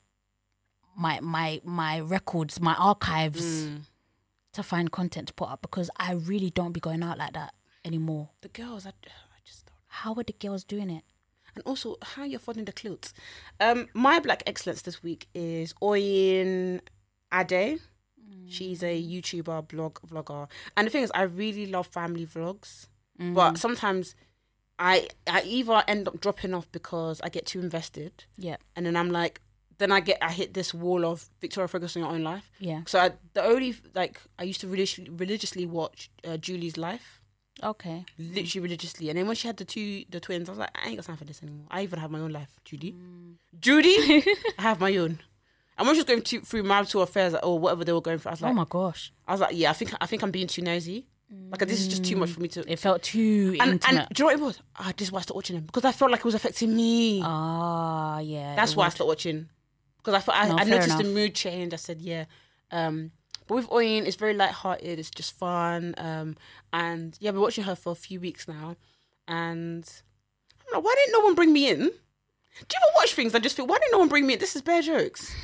my my my records, my archives to find content to put up because I really don't be going out like that anymore. the girls. I, I just don't. How are the girls doing it? And also, how you're folding the clothes. Um, my black excellence this week is Oyin Ade. She's a YouTuber, blog vlogger, and the thing is, I really love family vlogs, but sometimes I I either end up dropping off because I get too invested, Yeah, and then I'm like, then I get I hit this wall of Victoria Ferguson your own life. yeah. So I, the only like I used to religiously, religiously watch uh, Julie's life, [laughs] Okay. literally religiously, and then when she had the two the twins, I was like, I ain't got time for this anymore. I even have my own life, Judy. [laughs] Judy, I have my own. And when she was going to, through marital affairs like, or whatever they were going through, I was like, oh my gosh, I was like, yeah, I think I think I'm being too nosy. Like this is just too much for me to. it felt too and, Mm. intimate. and do you know what it was? Ah, this is why I stopped watching them because I felt like it was affecting me. ah, yeah. That's it why I would. stopped watching because I thought I, No, I fair noticed the enough. mood change. I said, yeah. Um, but with Oyin, it's very light-hearted. It's just fun. Um, and yeah, I've been watching her for a few weeks now, and I'm like, why didn't no one bring me in? Do you ever watch things and just feel, why didn't no one bring me in? This is bare jokes.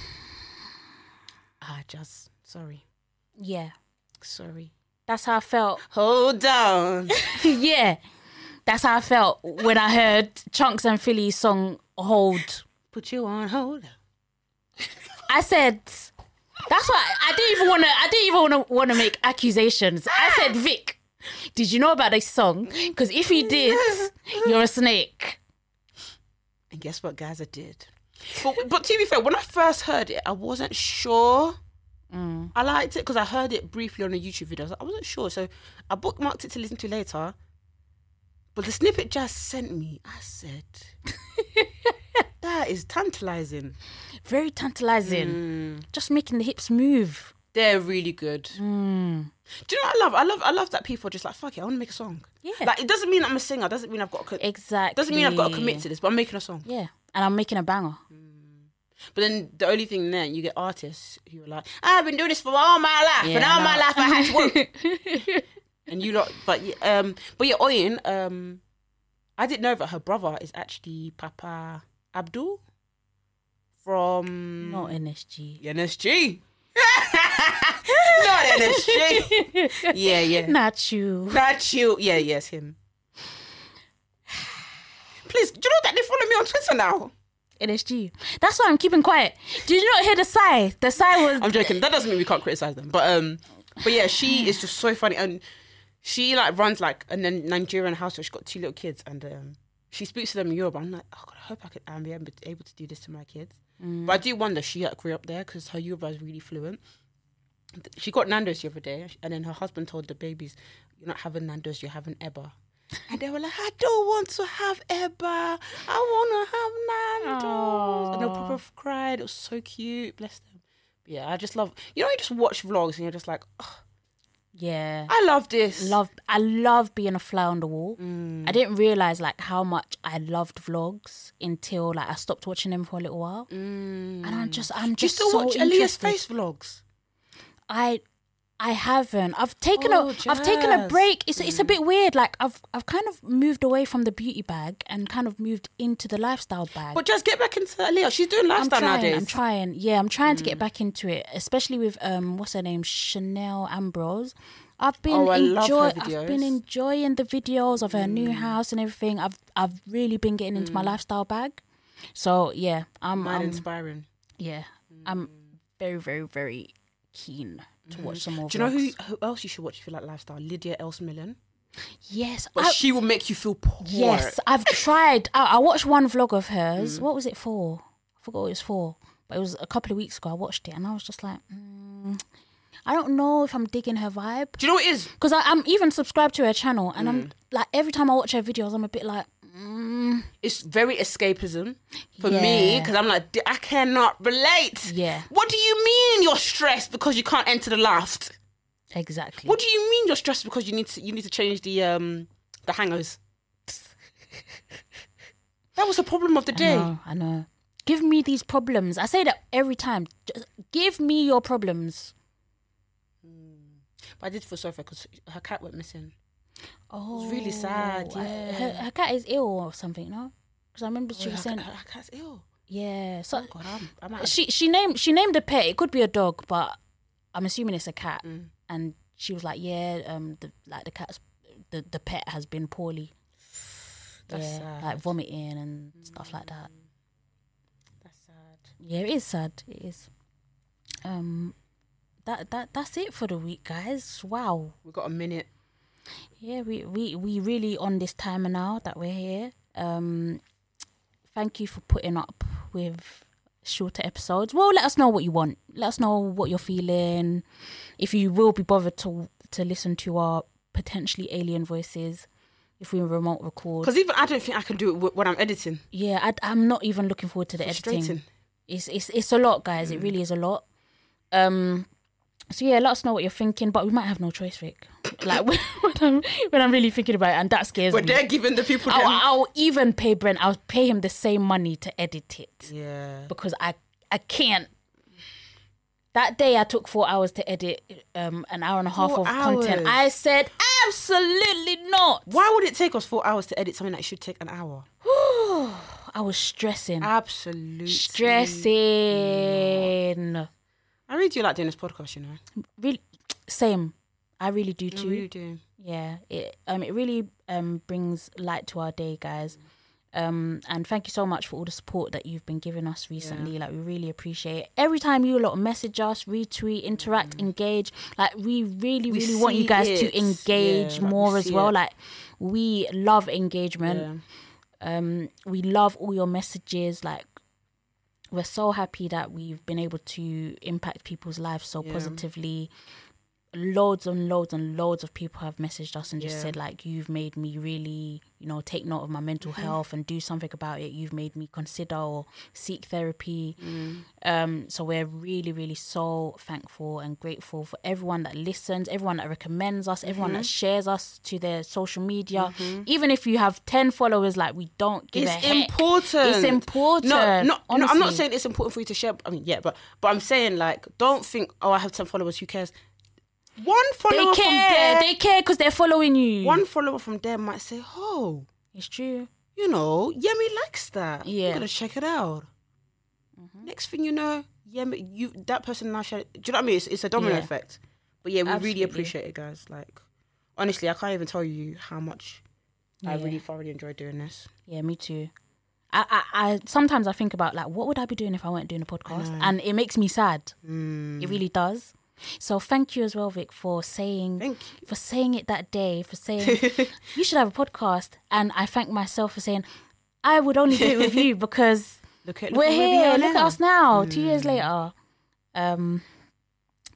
Ah, just sorry, Yeah, sorry. that's how I felt. [laughs] Hold down. yeah, that's how I felt when I heard Chunks and Philly's song "Hold." Put you on hold. I said that's why I didn't even wanna I didn't even wanna wanna make accusations. I said, Vic, did you know about this song? Because if you [laughs] did, you're a snake. And guess what, guys? I did. But, but to be fair, when I first heard it, I wasn't sure. I liked it because I heard it briefly on a YouTube video. I was like, I wasn't sure, so I bookmarked it to listen to later. But the snippet just sent me. I [laughs] said, "That is tantalizing." Very tantalizing. Hmm. Just making the hips move. They're really good. Mm. Do you know what I love? I love. I love that people are just like, "Fuck it, I want to make a song." Yeah. Like it doesn't mean I'm a singer. Doesn't mean I've got. A co- Exactly. doesn't mean I've got to commit to this, but I'm making a song. Yeah. And I'm making a banger. But then the only thing then you get artists who are like, I've been doing this for all my life, and Yeah, all no. my life I [laughs] had to work. and you lot, but y- um, but yeah, Oyin, um, I didn't know that her brother is actually Papa Abdul from Not NSG. NSG. [laughs] Not NSG. Yeah, yeah. Not you. Not you. Yeah, yes, him. [sighs] Please, do you know that they follow me on Twitter now? NSG. That's why I'm keeping quiet. Did you not hear the sigh? The sigh was. I'm joking. That doesn't mean we can't criticize them, but um, but yeah, she is just so funny, and she like runs like a N- Nigerian house where she's got two little kids, and um, she speaks to them in Yoruba. I'm like, oh god, I hope I could I'm able to, able to do this to my kids. But I do wonder if she like grew up there because her Yoruba is really fluent. Th- She got Nando's the other day, and then her husband told the babies, "You're not having Nando's, you're having Eba." And they were like, "I don't want to have Eba. I want to have Nando's." And they proper cried. It was so cute. Bless them. Yeah, I just love. You know, you just watch vlogs and you're just like, oh, Yeah. I love this. love I love being a fly on the wall. Mm. I didn't realize like how much I loved vlogs until like I stopped watching them for a little while. And I'm just I'm Do Mm. you just still so watch Aaliyah's interested. face vlogs? I I haven't. I've taken Oh, Mm. a have taken a Jazz. break. It's it's a bit weird. Like I've I've kind of moved away from the beauty bag and kind of moved into the lifestyle bag. But just get back into Aaliyah. She's doing I'm lifestyle trying. nowadays. Mm. I'm trying. Yeah, I'm trying to get back into it, especially with um, what's her name, Chanel Ambrose. I've been Oh, I love her enjoying. I've been videos. Mm. enjoying the videos of her new house and everything. I've I've really been getting into my lifestyle bag. So yeah, I'm, Mad I'm inspiring. yeah, Mm. I'm very very very keen to watch some more. Mm-hmm. Do you know who, vlogs. who else you should watch if you like lifestyle? Lydia Elsmillen. Yes, But I, she will make you feel poor. yes, I've tried. I, I watched one vlog of Mm. hers. What was it for? I forgot what it was for, but it was a couple of weeks ago. I watched it and I was just like, mm, I don't know if I'm digging her vibe Do you know what it is? because I'm even subscribed to her channel and Mm. I'm like every time I watch her videos, I'm a bit like, mm, It's very escapism for me Yeah. because I'm like, "D- I cannot relate. Yeah. What do you mean you're stressed because you can't enter the loft? exactly. What do you mean you're stressed because you need to you need to change the um the hangers? [laughs] that was the problem of the I day. know, I know. Give me these problems. I say that every time. Just give me your problems. But I did feel sorry for because her cat went missing. Oh, really sad, I- yeah. her, her cat is ill or something, no? Because I remember she her, was saying, her, her cat's ill. yeah. So God, I'm, I'm out. she she named she named a pet. It could be a dog, but I'm assuming it's a cat. Mm. And she was like, "Yeah, um, the like the cat's the the pet has been poorly, That's yeah, sad. Mm. like vomiting and stuff like that. That's sad. Yeah, it is sad. It is. Um, that that that's it for the week, guys. Wow. We got a minute. Yeah, we we we really on this timer now that we're here. Um, thank you for putting up with shorter episodes. Well, let us know what you want. Let us know what you're feeling. If you will be bothered to to listen to our potentially alien voices, if we remote record. Because even I don't think I can do it w- when I'm editing. Yeah, I, I'm not even looking forward to the editing. Frustrating. It's it's it's a lot, guys. It really is a lot. Um, so yeah, let us know what you're thinking. But we might have no choice, Rick. Like [laughs] when, I'm when I'm really thinking about it, and that scares But me. they're giving the people. I'll, them- I'll even pay Brent. I'll pay him the same money to edit it yeah. because I I can't. That day I took four hours to edit um, an hour and a half Four of content. hours. I said absolutely not. Why would it take us four hours to edit something that should take an hour? I was stressing, Absolutely. stressing. I really do like doing this podcast, you know. Really, same. I really do I too. really do. yeah it um it really um brings light to our day guys um and thank you so much for all the support that you've been giving us recently like we really appreciate it every time you lot message us retweet interact engage like we really Mm. We really want you see guys it. to engage Yeah, like, we more as see well it. like we love engagement Yeah. um we love all your messages like we're so happy that we've been able to impact people's lives so Yeah. positively loads and loads and loads of people have messaged us and just Yeah. said like you've made me really you know take note of my mental Mm-hmm. health and do something about it you've made me consider or seek therapy um so we're really really so thankful and grateful for everyone that listens everyone that recommends us everyone Mm-hmm. that shares us to their social media even if you have 10 followers like we don't give a It's heck. important. It's important, No, no, no, I'm not honestly. saying it's important for you to share. I mean, yeah, but but I'm saying like, don't think, oh, I have ten followers. Who cares? One they follower from care there, they care because they're following you one follower from there might say, oh, it's true you know, Yemi likes that. Yeah. Mm-hmm. I'm gonna check it out. Next thing you know, Yemi, you that person now. Share, do you know what I mean? It's, it's a domino Yeah. effect. But yeah, we really Absolutely. appreciate it, guys. Like, honestly, I can't even tell you how much I Yeah. really thoroughly enjoyed doing this. Yeah, me too. I, I, I sometimes I think about like what would I be doing if I weren't doing a podcast, and it makes me sad. Mm. It really does. So thank you as well, Vic, for saying Thank you. [laughs] for saying it that day, for saying you should have a podcast, and I thank myself for saying I would only do it with [laughs] you because Look at we're at where we here. are Look at now. Hmm. us now, two years later. Um,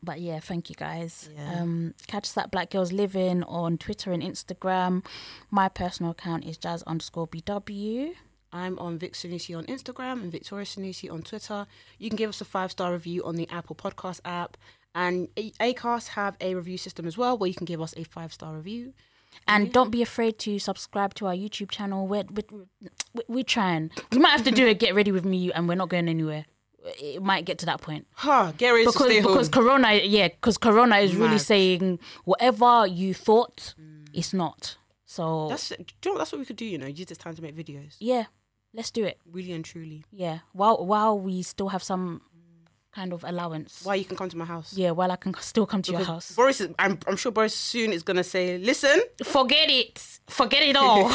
but yeah, thank you guys. Yeah. Um, catch that Black Girls Living on Twitter and Instagram. My personal account is jazz underscore bw. I'm on Vic Sunusi on Instagram and Victoria Sunusi on Twitter. You can give us a five star review on the Apple Podcast app. And A- Acast have a review system as well, where you can give us a five star review. And don't be afraid to subscribe to our YouTube channel. We're, we're, we're- we're trying. We might have to do a get ready with me, and we're not going anywhere. It might get to that point Huh, Gary is because stay because home. Corona, yeah, because Corona is really Mad. saying whatever you thought, it's not. So That's do you know, that's what we could do. You know, use this time to make videos, yeah, let's do it. really and truly. Yeah, while while we still have some kind of allowance. Why you can come to my house? Yeah, while I can still come to your Because house. Boris, is, I'm, I'm sure Boris soon is gonna say, [laughs] "Listen." Forget it. Forget [laughs] it all.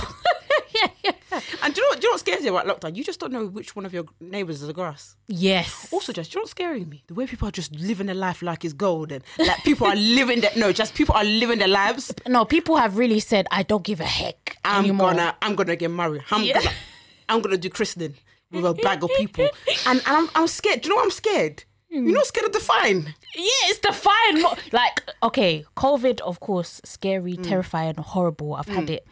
And do you know, what, do you know what scares me about lockdown? You just don't know which one of your neighbors is a grass. yes. Also, just do you know what's scaring me? The way people are just living their life like it's gold, and like [laughs] people are living their no, just people are living their lives. no, people have really said I don't give a heck I'm anymore. gonna I'm gonna get married. I'm Yeah. gonna I'm gonna do christening with a bag of [laughs] people. And, and I'm I'm scared. Do you know what I'm scared? Hmm. You're not scared of the fine. Yeah, it's the fine. mo- like, okay, COVID, of course, scary, Mm. terrifying, horrible. I've had it,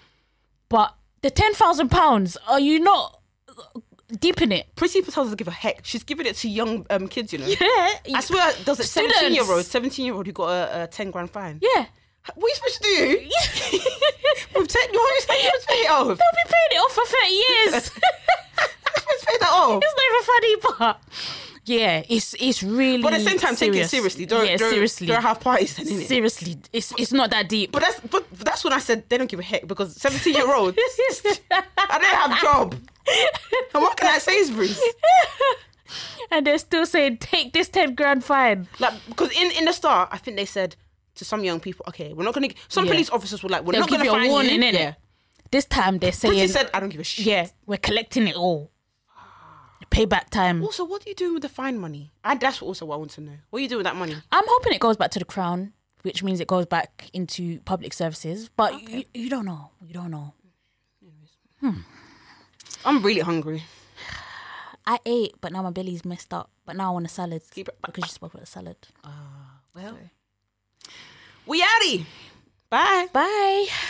but the ten thousand pounds. Are you not uh, deep in it? Pretty Patel doesn't give a heck. She's giving it to young um, kids, you know. [laughs] I Yeah. swear, does it Students. 17 year old, 17 year old who got a, a 10 grand fine? [laughs] Yeah. [laughs] What are you supposed to do? With 10, you're only supposed to pay it off. They'll be paying it off for thirty [laughs] years. You're supposed to pay that off. it's not even funny, but yeah, it's it's really. But at the same time, take it serious. seriously. Don't, yeah, don't, seriously, don't have parties then, innit? seriously, it's it's not that deep. But that's but that's when I said they don't give a heck because 17 year olds, I don't have job. And what can I say, Bruce? [laughs] and they're still saying, take this ten grand fine. Like, because in, in the start, I think they said to some young people, okay, we're not going to. Some Yeah. police officers were like, we're They'll not give going you to a find warning, you. innit? This time they're Pretty saying, said, I don't give a shit. yeah, we're collecting it all. Payback time. Also, what are you doing with the fine money? And that's also what I want to know. What are you doing with that money? I'm hoping it goes back to the crown, which means it goes back into public services. But you, you don't know. You don't know. I'm really hungry. I ate, but now my belly's messed up. But now I want a salad Keep it- because you spoke about the salad. Well, we outie. Bye. Bye.